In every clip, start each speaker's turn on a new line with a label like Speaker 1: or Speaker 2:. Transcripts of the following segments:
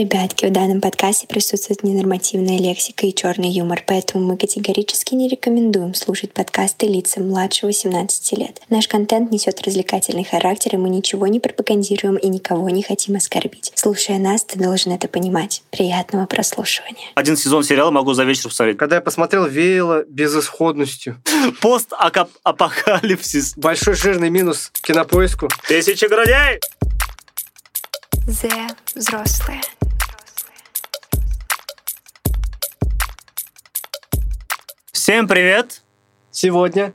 Speaker 1: Ребятки, в данном подкасте присутствует ненормативная лексика и черный юмор, поэтому мы категорически не рекомендуем слушать подкасты лицам младше 18 лет. Наш контент несет развлекательный характер, и мы ничего не пропагандируем и никого не хотим оскорбить. Слушая нас, ты должен это понимать. Приятного прослушивания.
Speaker 2: Один сезон сериала могу за вечер посмотреть.
Speaker 3: Когда я посмотрел, веяло безысходностью.
Speaker 2: Пост апокалипсис.
Speaker 3: Большой жирный минус кинопоиску.
Speaker 2: Тысячи грудей!
Speaker 1: The взрослые.
Speaker 2: Всем привет!
Speaker 3: Сегодня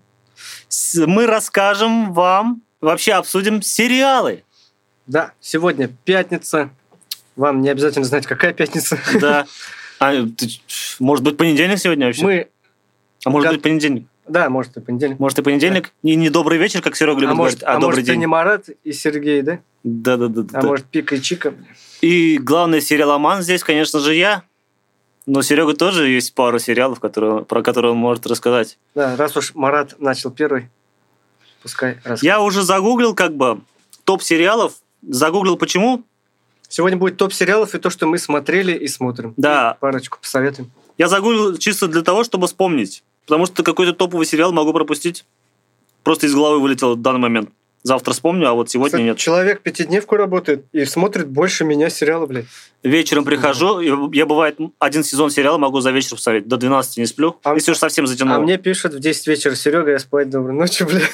Speaker 2: С- Мы расскажем вам, вообще обсудим сериалы.
Speaker 3: Да, сегодня пятница. Вам не обязательно знать, какая пятница.
Speaker 2: Да. А, ты ч- может быть, понедельник сегодня вообще?
Speaker 3: Мы,
Speaker 2: а может
Speaker 3: гад-
Speaker 2: быть, понедельник?
Speaker 3: да, может, и понедельник.
Speaker 2: Может, и понедельник? И не добрый вечер, как Серега любит
Speaker 3: а может,
Speaker 2: говорить, а,
Speaker 3: а
Speaker 2: добрый
Speaker 3: может и
Speaker 2: день.
Speaker 3: не Марат и Сергей, да?
Speaker 2: Да-да-да.
Speaker 3: А может, Пика и Чика.
Speaker 2: И главный сериаломан здесь, конечно же, я. Но Серега тоже есть пару сериалов, которые, про которые он может рассказать.
Speaker 3: Да, раз уж Марат начал первый, пускай раз.
Speaker 2: Я уже загуглил как бы топ сериалов. Загуглил почему?
Speaker 3: Сегодня будет топ сериалов и то, что мы смотрели и смотрим.
Speaker 2: Да.
Speaker 3: И парочку посоветуем.
Speaker 2: Я загуглил чисто для того, чтобы вспомнить. Потому что какой-то топовый сериал могу пропустить. Просто из головы вылетел в данный момент. Завтра вспомню, а вот сегодня
Speaker 3: Кстати,
Speaker 2: нет.
Speaker 3: Человек пятидневку работает и смотрит больше меня сериала, блядь.
Speaker 2: Вечером прихожу, и я бывает один сезон сериала могу за вечер посмотреть. До 12 не сплю.
Speaker 3: А-
Speaker 2: если уж совсем затянуло.
Speaker 3: А мне пишут в 10 вечера, Серега, я спать, доброй ночи, блядь.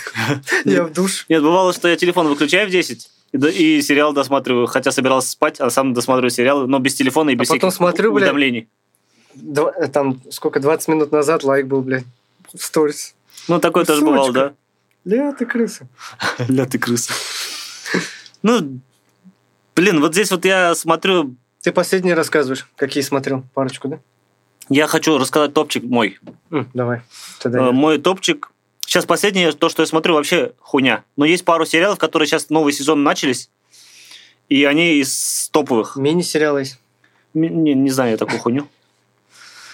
Speaker 3: Я в душ.
Speaker 2: Нет, бывало, что я телефон выключаю в 10 и, до- и сериал досматриваю. Хотя собирался спать, а сам досматриваю сериал, но без телефона и без
Speaker 3: потом
Speaker 2: всяких
Speaker 3: смотрю,
Speaker 2: у-
Speaker 3: блядь.
Speaker 2: уведомлений.
Speaker 3: Два- э, там сколько, 20 минут назад лайк был, блядь, в сторис.
Speaker 2: Ну, такое тоже
Speaker 3: Сучка.
Speaker 2: бывало, да?
Speaker 3: Ля, ты крыса.
Speaker 2: Ля ты крыса. Ну, блин, вот здесь вот я смотрю,
Speaker 3: Ты последний рассказываешь, какие смотрел? Парочку, да?
Speaker 2: я хочу рассказать топчик мой.
Speaker 3: М, давай. Тогда
Speaker 2: Э,
Speaker 3: я.
Speaker 2: Мой топчик. Сейчас последнее, то, что я смотрю, вообще хуйня. Но есть пару сериалов, которые сейчас новый сезон начались, и они из топовых.
Speaker 3: Мини-сериал есть.
Speaker 2: М- Не, не знаю я такую хуйню.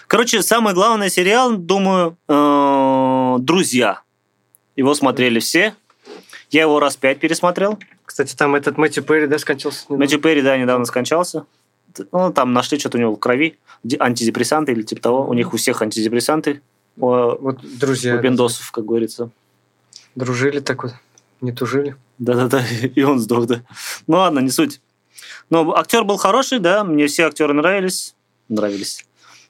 Speaker 2: Короче, самый главный сериал, думаю, э, «Друзья». Его смотрели все. Я его раз пять пересмотрел.
Speaker 3: Кстати, там этот Мэтью Перри, да, скончался? недавно?
Speaker 2: Мэтью Перри, да, недавно скончался. Т- Ну, там нашли что-то у него в крови. ди- Антидепрессанты или типа того. У них у всех антидепрессанты. У, э,
Speaker 3: Вот
Speaker 2: у
Speaker 3: друзья
Speaker 2: пиндосов, как говорится.
Speaker 3: дружили так вот, не тужили.
Speaker 2: Да-да-да, и он сдох, да. Ну ладно, не суть. Но актер был хороший, да, мне все актеры нравились. Нравились.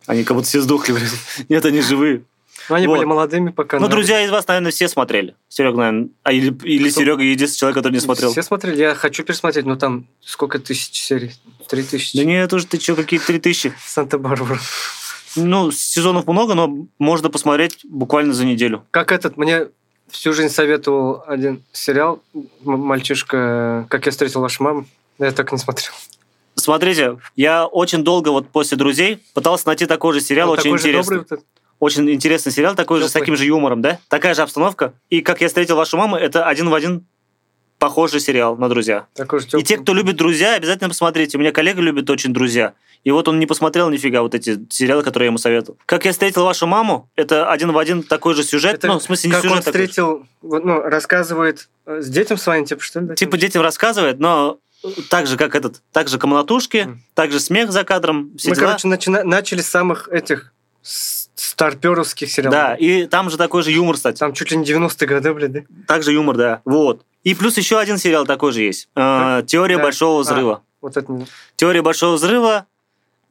Speaker 2: Они как будто все сдохли. блин. Нет, они живые.
Speaker 3: Но Ну, они
Speaker 2: Вот.
Speaker 3: были молодыми пока.
Speaker 2: Ну,
Speaker 3: нравились.
Speaker 2: друзья из вас, наверное, все смотрели. Серега, наверное, а или, или
Speaker 3: Кто?
Speaker 2: Серега единственный человек, который не смотрел.
Speaker 3: Все смотрели. Я хочу пересмотреть, но там сколько тысяч серий? Три тысячи.
Speaker 2: Да нет, уже ты что, какие три тысячи.
Speaker 3: Санта-Барбара.
Speaker 2: Ну, сезонов много, но можно посмотреть буквально за неделю.
Speaker 3: Как этот, мне всю жизнь советовал один сериал, м- мальчишка, «Как я встретил вашу маму». Да, Я так не смотрел.
Speaker 2: Смотрите, я очень долго вот после «Друзей» пытался найти такой же сериал,
Speaker 3: Он
Speaker 2: очень
Speaker 3: такой же
Speaker 2: интересный.
Speaker 3: добрый вот этот.
Speaker 2: Очень интересный сериал, такой же, с
Speaker 3: Теплый.
Speaker 2: таким же юмором, да? Такая же обстановка. И «Как я встретил вашу маму» — это один в один похожий сериал на «Друзья».
Speaker 3: Такой же
Speaker 2: И те,
Speaker 3: теплый.
Speaker 2: кто любит «Друзья», обязательно посмотрите. У меня коллега любит очень «Друзья». И вот он не посмотрел нифига вот эти сериалы, которые я ему советовал. «Как я встретил вашу маму» — это один в один такой же сюжет.
Speaker 3: Это
Speaker 2: ну, в смысле, не
Speaker 3: Как
Speaker 2: сюжет
Speaker 3: он
Speaker 2: такой же.
Speaker 3: встретил, вот, ну, рассказывает э, с детям своим, типа, что ли? да,
Speaker 2: Типа детям рассказывает, но так же, как этот, так же комнатушки,
Speaker 3: Мгм.
Speaker 2: так же смех за кадром, все
Speaker 3: Мы,
Speaker 2: дела.
Speaker 3: короче, начина- начали с самых этих с- старперовских сериалов.
Speaker 2: да, и там же такой же юмор, кстати.
Speaker 3: Там чуть ли не 90-е годы, блядь, да?
Speaker 2: Также юмор, да. Вот. И плюс еще один сериал такой же есть. Э, Теория
Speaker 3: Да.
Speaker 2: большого
Speaker 3: А.
Speaker 2: взрыва.
Speaker 3: Вот это не-
Speaker 2: Теория большого взрыва.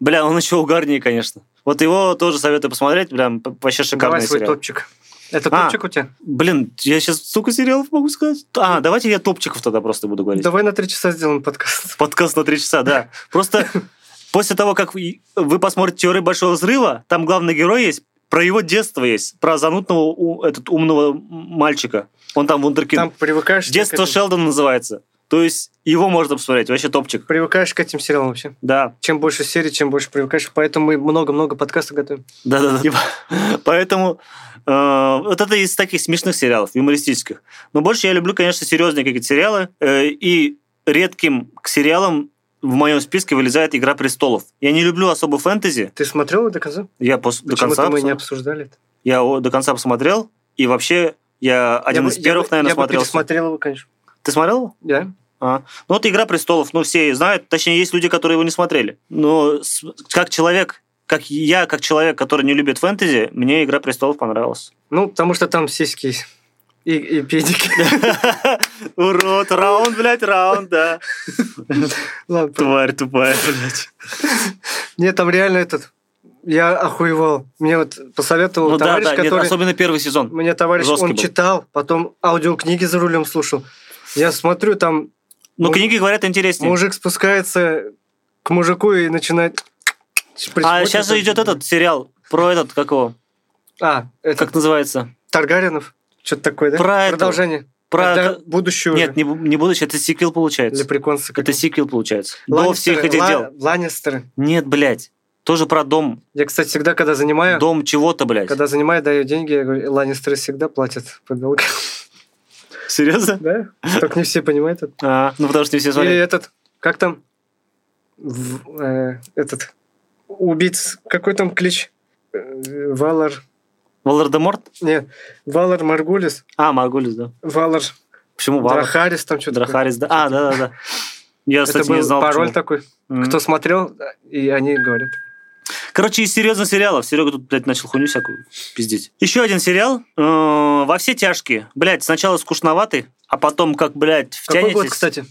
Speaker 2: Бля, он еще угарнее, конечно. Вот его тоже советую посмотреть, прям п- вообще шикарный
Speaker 3: Давай свой
Speaker 2: сериал.
Speaker 3: топчик. Это
Speaker 2: А.
Speaker 3: топчик у тебя?
Speaker 2: Блин, я сейчас столько сериалов могу сказать. А, давайте я топчиков тогда просто буду говорить.
Speaker 3: Давай на три часа сделаем подкаст.
Speaker 2: Подкаст на три часа, да. Просто после того, как вы вы посмотрите «Теорию большого взрыва», там главный герой есть, про его детство есть, про занудного у- этот умного м- мальчика. Он там вундеркинд.
Speaker 3: Там привыкаешь...
Speaker 2: Детство
Speaker 3: к этим-
Speaker 2: Шелдона называется. То есть его можно посмотреть, вообще топчик.
Speaker 3: Привыкаешь к этим сериалам вообще.
Speaker 2: Да,
Speaker 3: Чем больше серий, чем больше привыкаешь. Поэтому мы много-много подкастов готовим.
Speaker 2: да, да, да. Поэтому э, вот это из таких смешных сериалов, юмористических. Но больше я люблю, конечно, серьезные какие-то сериалы. Э, и редким к сериалам в моем списке вылезает «Игра престолов». Я не люблю особо фэнтези.
Speaker 3: Ты смотрел до конца?
Speaker 2: Я пос- до
Speaker 3: Почему-то
Speaker 2: конца
Speaker 3: мы не
Speaker 2: посмотрел.
Speaker 3: обсуждали это.
Speaker 2: я о- до конца посмотрел. И вообще я один
Speaker 3: Я бы-
Speaker 2: из первых,
Speaker 3: я бы-
Speaker 2: наверное,
Speaker 3: Я бы
Speaker 2: смотрел.
Speaker 3: пересмотрел его, конечно.
Speaker 2: Ты смотрел?
Speaker 3: Да?
Speaker 2: А. Ну, вот «Игра престолов», ну, все знают, точнее, есть люди, которые его не смотрели. Но с- как человек, как я, как человек, который не любит фэнтези, мне «Игра престолов» понравилась.
Speaker 3: Ну, потому что там сиськи и, и педики.
Speaker 2: Урод, раунд, блядь, раунд, да.
Speaker 3: Ладно,
Speaker 2: Тварь тупая, блядь.
Speaker 3: Нет, там реально этот... Я охуевал. Мне вот посоветовал
Speaker 2: Ну да,
Speaker 3: товарищ,
Speaker 2: да, нет,
Speaker 3: который...
Speaker 2: особенно первый сезон. Ну,
Speaker 3: Мне товарищ,
Speaker 2: жесткий
Speaker 3: он
Speaker 2: был.
Speaker 3: читал, потом аудиокниги за рулем слушал. Я смотрю, там
Speaker 2: Ну,
Speaker 3: Муж-
Speaker 2: книги говорят интереснее.
Speaker 3: мужик спускается к мужику и начинает...
Speaker 2: А сейчас же идет этот сериал про этот, как его,
Speaker 3: А, это
Speaker 2: как называется?
Speaker 3: Таргаринов? Что-то такое, да?
Speaker 2: Про этого.
Speaker 3: Продолжение.
Speaker 2: Про...
Speaker 3: Да, будущую
Speaker 2: Нет, не, бу- не будущее, это сиквел получается.
Speaker 3: Леприконсы.
Speaker 2: Это сиквел получается. До всех этих дел.
Speaker 3: Ланнистеры.
Speaker 2: Нет, блядь. Тоже про дом.
Speaker 3: Я, кстати, всегда, когда занимаю,
Speaker 2: Дом чего-то, блядь.
Speaker 3: когда занимаю, даю деньги, я говорю, Ланнистеры всегда платят по долгам.
Speaker 2: Серьезно?
Speaker 3: Да? Только не все понимают это.
Speaker 2: А, ну потому что не все
Speaker 3: Или
Speaker 2: смотрели.
Speaker 3: этот, как там, В- э, этот, убийц, какой там клич? Э, Валар,
Speaker 2: Волдеморт?
Speaker 3: не, Валар Маргулис,
Speaker 2: А, Маргулис, да.
Speaker 3: Валар
Speaker 2: Почему Валар?
Speaker 3: Драхарис, там что-то. такое.
Speaker 2: Драхарис, да. А, да-да-да. Я,
Speaker 3: Это
Speaker 2: кстати,
Speaker 3: был
Speaker 2: не знал.
Speaker 3: пароль
Speaker 2: почему.
Speaker 3: такой.
Speaker 2: М.
Speaker 3: Кто смотрел, и они говорят.
Speaker 2: Короче, из серьезных сериалов. Серега тут, блядь, начал хуйню всякую пиздить. Еще один сериал. э, Во все тяжкие. Блядь, сначала скучноватый, а потом как, блядь,
Speaker 3: Какой
Speaker 2: втянетесь.
Speaker 3: год, кстати?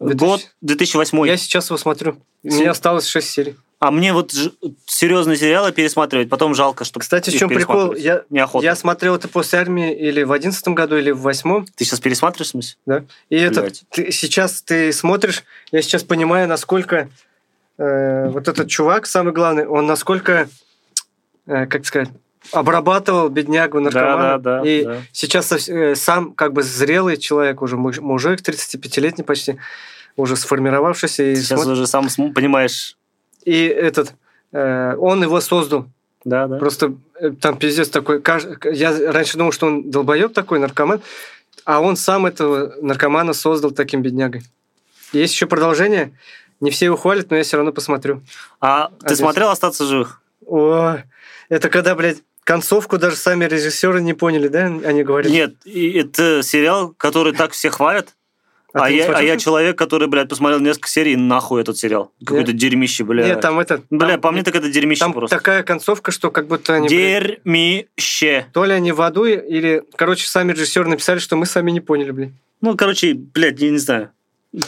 Speaker 2: Год 2008.
Speaker 3: Я сейчас его смотрю.
Speaker 2: Си-
Speaker 3: Мне осталось 6 серий.
Speaker 2: А мне вот ж- серьезные сериалы пересматривать потом жалко, что
Speaker 3: Кстати, в
Speaker 2: их
Speaker 3: чем прикол?
Speaker 2: пересматривать.
Speaker 3: Я,
Speaker 2: Неохота.
Speaker 3: я смотрел это после армии или в одиннадцатом году, или в восьмом.
Speaker 2: Ты сейчас пересматриваешь, в смысле?
Speaker 3: И это
Speaker 2: Блядь.
Speaker 3: ты- сейчас ты смотришь, я сейчас понимаю, насколько э, вот этот чувак, самый главный, он насколько, э, как сказать, обрабатывал беднягу
Speaker 2: Да,
Speaker 3: наркомана.
Speaker 2: да, да,
Speaker 3: и
Speaker 2: да.
Speaker 3: сейчас совс- э, сам как бы зрелый человек, уже муж- мужик, 35-летний почти, уже сформировавшийся. И,
Speaker 2: Ты сейчас
Speaker 3: смо-
Speaker 2: уже сам см- понимаешь.
Speaker 3: и этот, э, он его создал.
Speaker 2: Да, да.
Speaker 3: Просто э, там пиздец такой. каж- Я раньше думал, что он долбоеб такой, наркоман, а он сам этого наркомана создал таким беднягой. Есть еще продолжение. Не все его хвалят, но я все равно посмотрю.
Speaker 2: А ты
Speaker 3: Обязательно.
Speaker 2: смотрел «Остаться в живых»?
Speaker 3: О, это когда, блядь, концовку даже сами режиссеры не поняли, да? Они говорят.
Speaker 2: Нет, и это сериал, который так все хвалят, а,
Speaker 3: ты не
Speaker 2: я, а
Speaker 3: смотрел?
Speaker 2: я человек, который, блядь, посмотрел несколько серий, и нахуй этот сериал. Какое-то дерьмище, бля.
Speaker 3: Нет, там это...
Speaker 2: Бля,
Speaker 3: там-
Speaker 2: Ну, по мне так это дерьмище
Speaker 3: Там
Speaker 2: просто.
Speaker 3: такая концовка, что как будто они... блядь,
Speaker 2: Дерьмище.
Speaker 3: То ли они в аду, или... Короче, сами режиссеры написали, что мы сами не поняли, блядь.
Speaker 2: Ну, короче, блядь, я не знаю.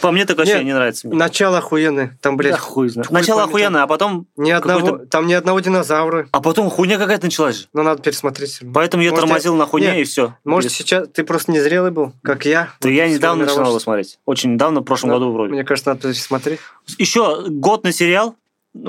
Speaker 2: По мне так вообще
Speaker 3: Нет,
Speaker 2: не нравится. мне.
Speaker 3: Начало охуенное. Там, блядь,
Speaker 2: Да хуй знает.
Speaker 3: хуй
Speaker 2: Сначала
Speaker 3: пойми, там-
Speaker 2: охуенно, а потом...
Speaker 3: ни одного...
Speaker 2: какой-то-
Speaker 3: Там ни одного динозавра.
Speaker 2: А потом хуйня какая-то началась же.
Speaker 3: Но Ну, надо пересмотреть. всё равно.
Speaker 2: Поэтому я
Speaker 3: Может,
Speaker 2: тормозил на хуйне
Speaker 3: Нет,
Speaker 2: и все.
Speaker 3: Может, сейчас ты просто незрелый был, как я.
Speaker 2: Да я недавно начинал его
Speaker 3: Сформировался.
Speaker 2: смотреть. Очень недавно, в прошлом
Speaker 3: Да.
Speaker 2: году вроде.
Speaker 3: Мне кажется, надо пересмотреть.
Speaker 2: Еще год на сериал. Э,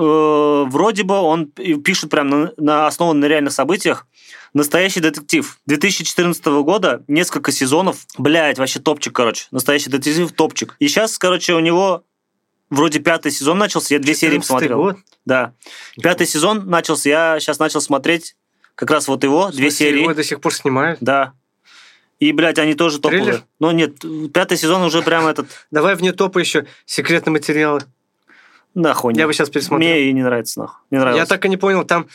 Speaker 2: вроде бы он пи- пишет прям на, на- основан на реальных событиях. Настоящий детектив. 2014 года, несколько сезонов. Блять, вообще топчик, короче. Настоящий детектив топчик. И сейчас, короче, у него вроде пятый сезон начался. Я две серии
Speaker 3: 14-й
Speaker 2: посмотрел.
Speaker 3: год.
Speaker 2: Да. Пятый сезон начался. Я сейчас начал смотреть как раз вот его, две
Speaker 3: В смысле,
Speaker 2: серии.
Speaker 3: Его до сих пор снимают.
Speaker 2: Да. И, блядь, они тоже топовые.
Speaker 3: Триллер?
Speaker 2: Но нет, пятый сезон уже прям этот...
Speaker 3: Давай вне топа еще секретные материалы.
Speaker 2: Нахуй.
Speaker 3: Я бы сейчас пересмотрел.
Speaker 2: Мне и не нравится, нахуй. Не нравится.
Speaker 3: Я так и не понял, там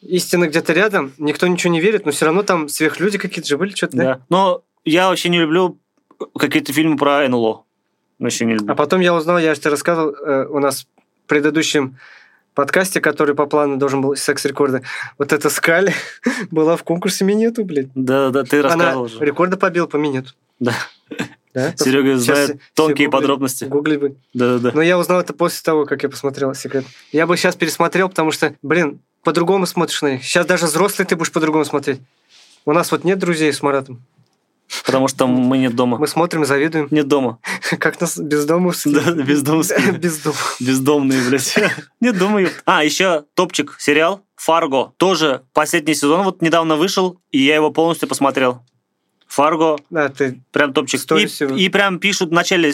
Speaker 3: истина где-то рядом, никто ничего не верит, но все равно там сверхлюди какие-то же были, что-то, да?
Speaker 2: Да. Но я вообще не люблю какие-то фильмы про НЛО. Вообще не люблю.
Speaker 3: А потом я узнал, я же тебе рассказывал, э, у нас в предыдущем подкасте, который по плану должен был секс-рекорды, вот эта Скаль была в конкурсе минету, блядь.
Speaker 2: Да, да, ты рассказывал
Speaker 3: Она
Speaker 2: же.
Speaker 3: рекорды побила по минету.
Speaker 2: Да.
Speaker 3: Да?
Speaker 2: Серега
Speaker 3: Сейчас
Speaker 2: знает
Speaker 3: все-
Speaker 2: тонкие
Speaker 3: все гуглят.
Speaker 2: подробности.
Speaker 3: Гугли бы.
Speaker 2: Да, да, да.
Speaker 3: Но я узнал это после того, как я посмотрел секрет. Я бы сейчас пересмотрел, потому что, блин, по-другому смотришь на них. Сейчас даже взрослый ты будешь по-другому смотреть. У нас вот нет друзей с Маратом.
Speaker 2: Потому что мы нет дома.
Speaker 3: Мы смотрим, завидуем.
Speaker 2: Нет дома.
Speaker 3: Как нас бездомовские.
Speaker 2: Да, ну, бездомовские.
Speaker 3: Бездом.
Speaker 2: Бездомные, блядь. Нет дома. ёпт. А, еще топчик сериал «Фарго». Тоже последний сезон вот недавно вышел, и я его полностью посмотрел. «Фарго»
Speaker 3: Да, А, ты...
Speaker 2: Прям топчик.
Speaker 3: Сторис всего.
Speaker 2: И, и прям пишут в начале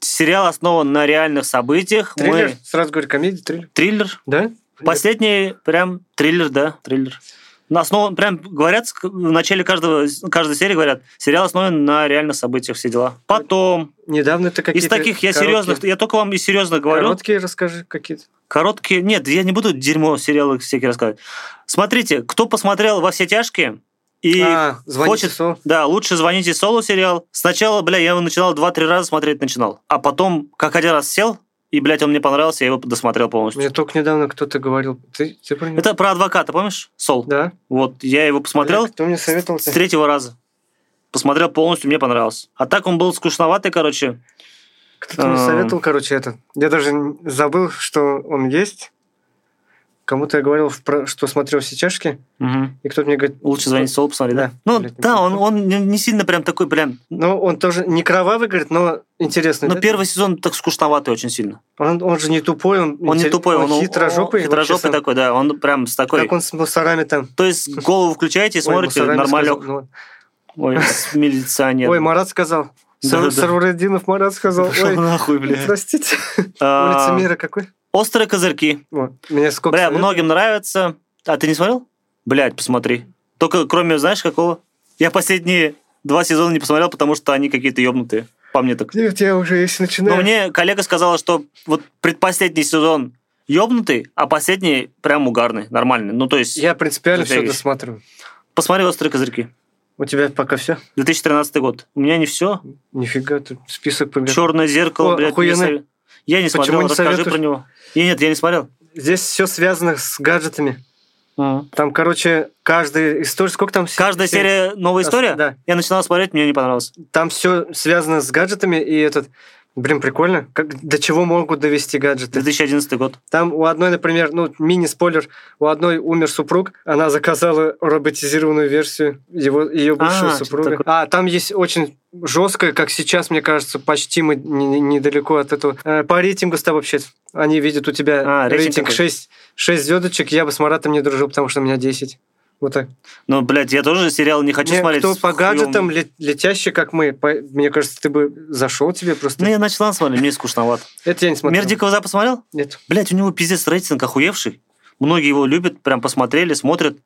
Speaker 2: сериал основан на реальных событиях.
Speaker 3: Триллер?
Speaker 2: Мы
Speaker 3: Сразу говорю, комедия, триллер.
Speaker 2: триллер.
Speaker 3: Да?
Speaker 2: Последний прям триллер, да, триллер. На основан, прям говорят, ск- в начале каждого, каждой серии говорят, сериал основан на реальных событиях, все дела. Потом,
Speaker 3: Недавно ты какие-то...
Speaker 2: из таких я
Speaker 3: короткие-
Speaker 2: серьезных, я только вам из серьезных говорю.
Speaker 3: Короткие расскажи какие-то.
Speaker 2: Короткие, нет, я не буду дерьмо сериалы всякие рассказывать. Смотрите, кто посмотрел «Во все тяжкие», И
Speaker 3: а, звоните
Speaker 2: хочет-
Speaker 3: Солу.
Speaker 2: да, лучше звоните Солу сериал. Сначала, бля, я его начинал 2-3 раза смотреть начинал. А потом, как один раз сел, и, блядь, он мне понравился, я его досмотрел полностью.
Speaker 3: Мне только недавно кто-то говорил. Ты, ты про него?
Speaker 2: Это про адвоката, помнишь? Сол.
Speaker 3: Да.
Speaker 2: Вот, я его посмотрел
Speaker 3: Бля, Кто мне советовал?
Speaker 2: с третьего раза. Посмотрел полностью, мне понравился. А так он был скучноватый, короче.
Speaker 3: Кто-то мне
Speaker 2: Эм.
Speaker 3: советовал, короче, это. Я даже н- забыл, что он есть. Кому-то я говорил, в про- что смотрел все чашки, и кто-то мне говорит,
Speaker 2: Лучше звонить Солу, посмотри, да?
Speaker 3: Да.
Speaker 2: Ну,
Speaker 3: Блядь, не
Speaker 2: да, он,
Speaker 3: помню.
Speaker 2: он не- не сильно прям такой, прям...
Speaker 3: ну, он тоже не кровавый, говорит, но интересный.
Speaker 2: Но
Speaker 3: да?
Speaker 2: Ну, первый сезон так скучноватый очень сильно.
Speaker 3: Он, он же не тупой, он,
Speaker 2: Он не
Speaker 3: интерес-
Speaker 2: тупой, он,
Speaker 3: он хитрожопый.
Speaker 2: он
Speaker 3: вот
Speaker 2: хитрожопый
Speaker 3: честно.
Speaker 2: такой, да, он прям с такой...
Speaker 3: Как он с мусорами там.
Speaker 2: То есть голову включаете и
Speaker 3: Ой,
Speaker 2: смотрите,
Speaker 3: мусорами
Speaker 2: нормалек.
Speaker 3: сказал, ну,
Speaker 2: Ой, с- милиционер.
Speaker 3: Ой, Марат сказал.
Speaker 2: Да-да-да.
Speaker 3: Сар- Сарвардинов Марат сказал.
Speaker 2: Пошел
Speaker 3: Ой,
Speaker 2: нахуй, бля.
Speaker 3: простите.
Speaker 2: А,
Speaker 3: Улица Мира какой?
Speaker 2: Острые козырьки.
Speaker 3: О, Меня сколько
Speaker 2: Бля,
Speaker 3: советов-
Speaker 2: многим нравится. А ты не смотрел? Блядь, посмотри. Только кроме, знаешь, какого? Я последние два сезона не посмотрел, потому что они какие-то ебнутые. По мне так.
Speaker 3: Нет, я уже, если
Speaker 2: Но
Speaker 3: начинаю...
Speaker 2: Ну, мне коллега сказала, что вот предпоследний сезон ёбнутый, а последний прям угарный, нормальный. Ну, то есть,
Speaker 3: Я принципиально все
Speaker 2: Затягивайся.
Speaker 3: досматриваю.
Speaker 2: посмотри «Острые козырьки».
Speaker 3: У тебя пока все?
Speaker 2: 2013 год. У меня не все.
Speaker 3: Нифига, тут список побед.
Speaker 2: Черное зеркало,
Speaker 3: О,
Speaker 2: блядь,
Speaker 3: охуенный.
Speaker 2: не сов- Я не
Speaker 3: Почему
Speaker 2: смотрел,
Speaker 3: не
Speaker 2: расскажи
Speaker 3: советуешь?
Speaker 2: про него. И нет, я не смотрел.
Speaker 3: Здесь все связано с гаджетами. Там, короче, каждая история... Сколько там?
Speaker 2: Каждая
Speaker 3: се-
Speaker 2: серия новая
Speaker 3: Ос-
Speaker 2: история.
Speaker 3: Да.
Speaker 2: Я начинал смотреть, мне не понравилось.
Speaker 3: Там все связано с гаджетами, и этот... Блин, прикольно. Как, до чего могут довести гаджеты?
Speaker 2: 2011 год.
Speaker 3: Там у одной, например, ну, мини-спойлер, у одной умер супруг, она заказала роботизированную версию его, ее бывшего
Speaker 2: А,
Speaker 3: супруга.
Speaker 2: что-то
Speaker 3: А, там есть очень жесткое, как сейчас, мне кажется, почти мы не- не- недалеко от этого. Э, По рейтингу с тобой вообще они видят у тебя
Speaker 2: А, рейтинг
Speaker 3: рейтинг
Speaker 2: какой?
Speaker 3: 6, 6 звездочек, я бы с Маратом не дружил, потому что у меня 10. Вот так.
Speaker 2: Ну, блядь, я тоже сериал не хочу
Speaker 3: Мне
Speaker 2: смотреть.
Speaker 3: кто
Speaker 2: с
Speaker 3: по
Speaker 2: хуёвым-
Speaker 3: гаджетам ле- летящий, как мы, по- мне кажется, ты бы зашел тебе просто.
Speaker 2: Ну, я начала смотреть, мне скучновато.
Speaker 3: Это я не смотрел.
Speaker 2: Мир Дикого Запада смотрел?
Speaker 3: Нет.
Speaker 2: Блядь, у него пиздец рейтинг охуевший. Многие его любят, прям посмотрели, смотрят.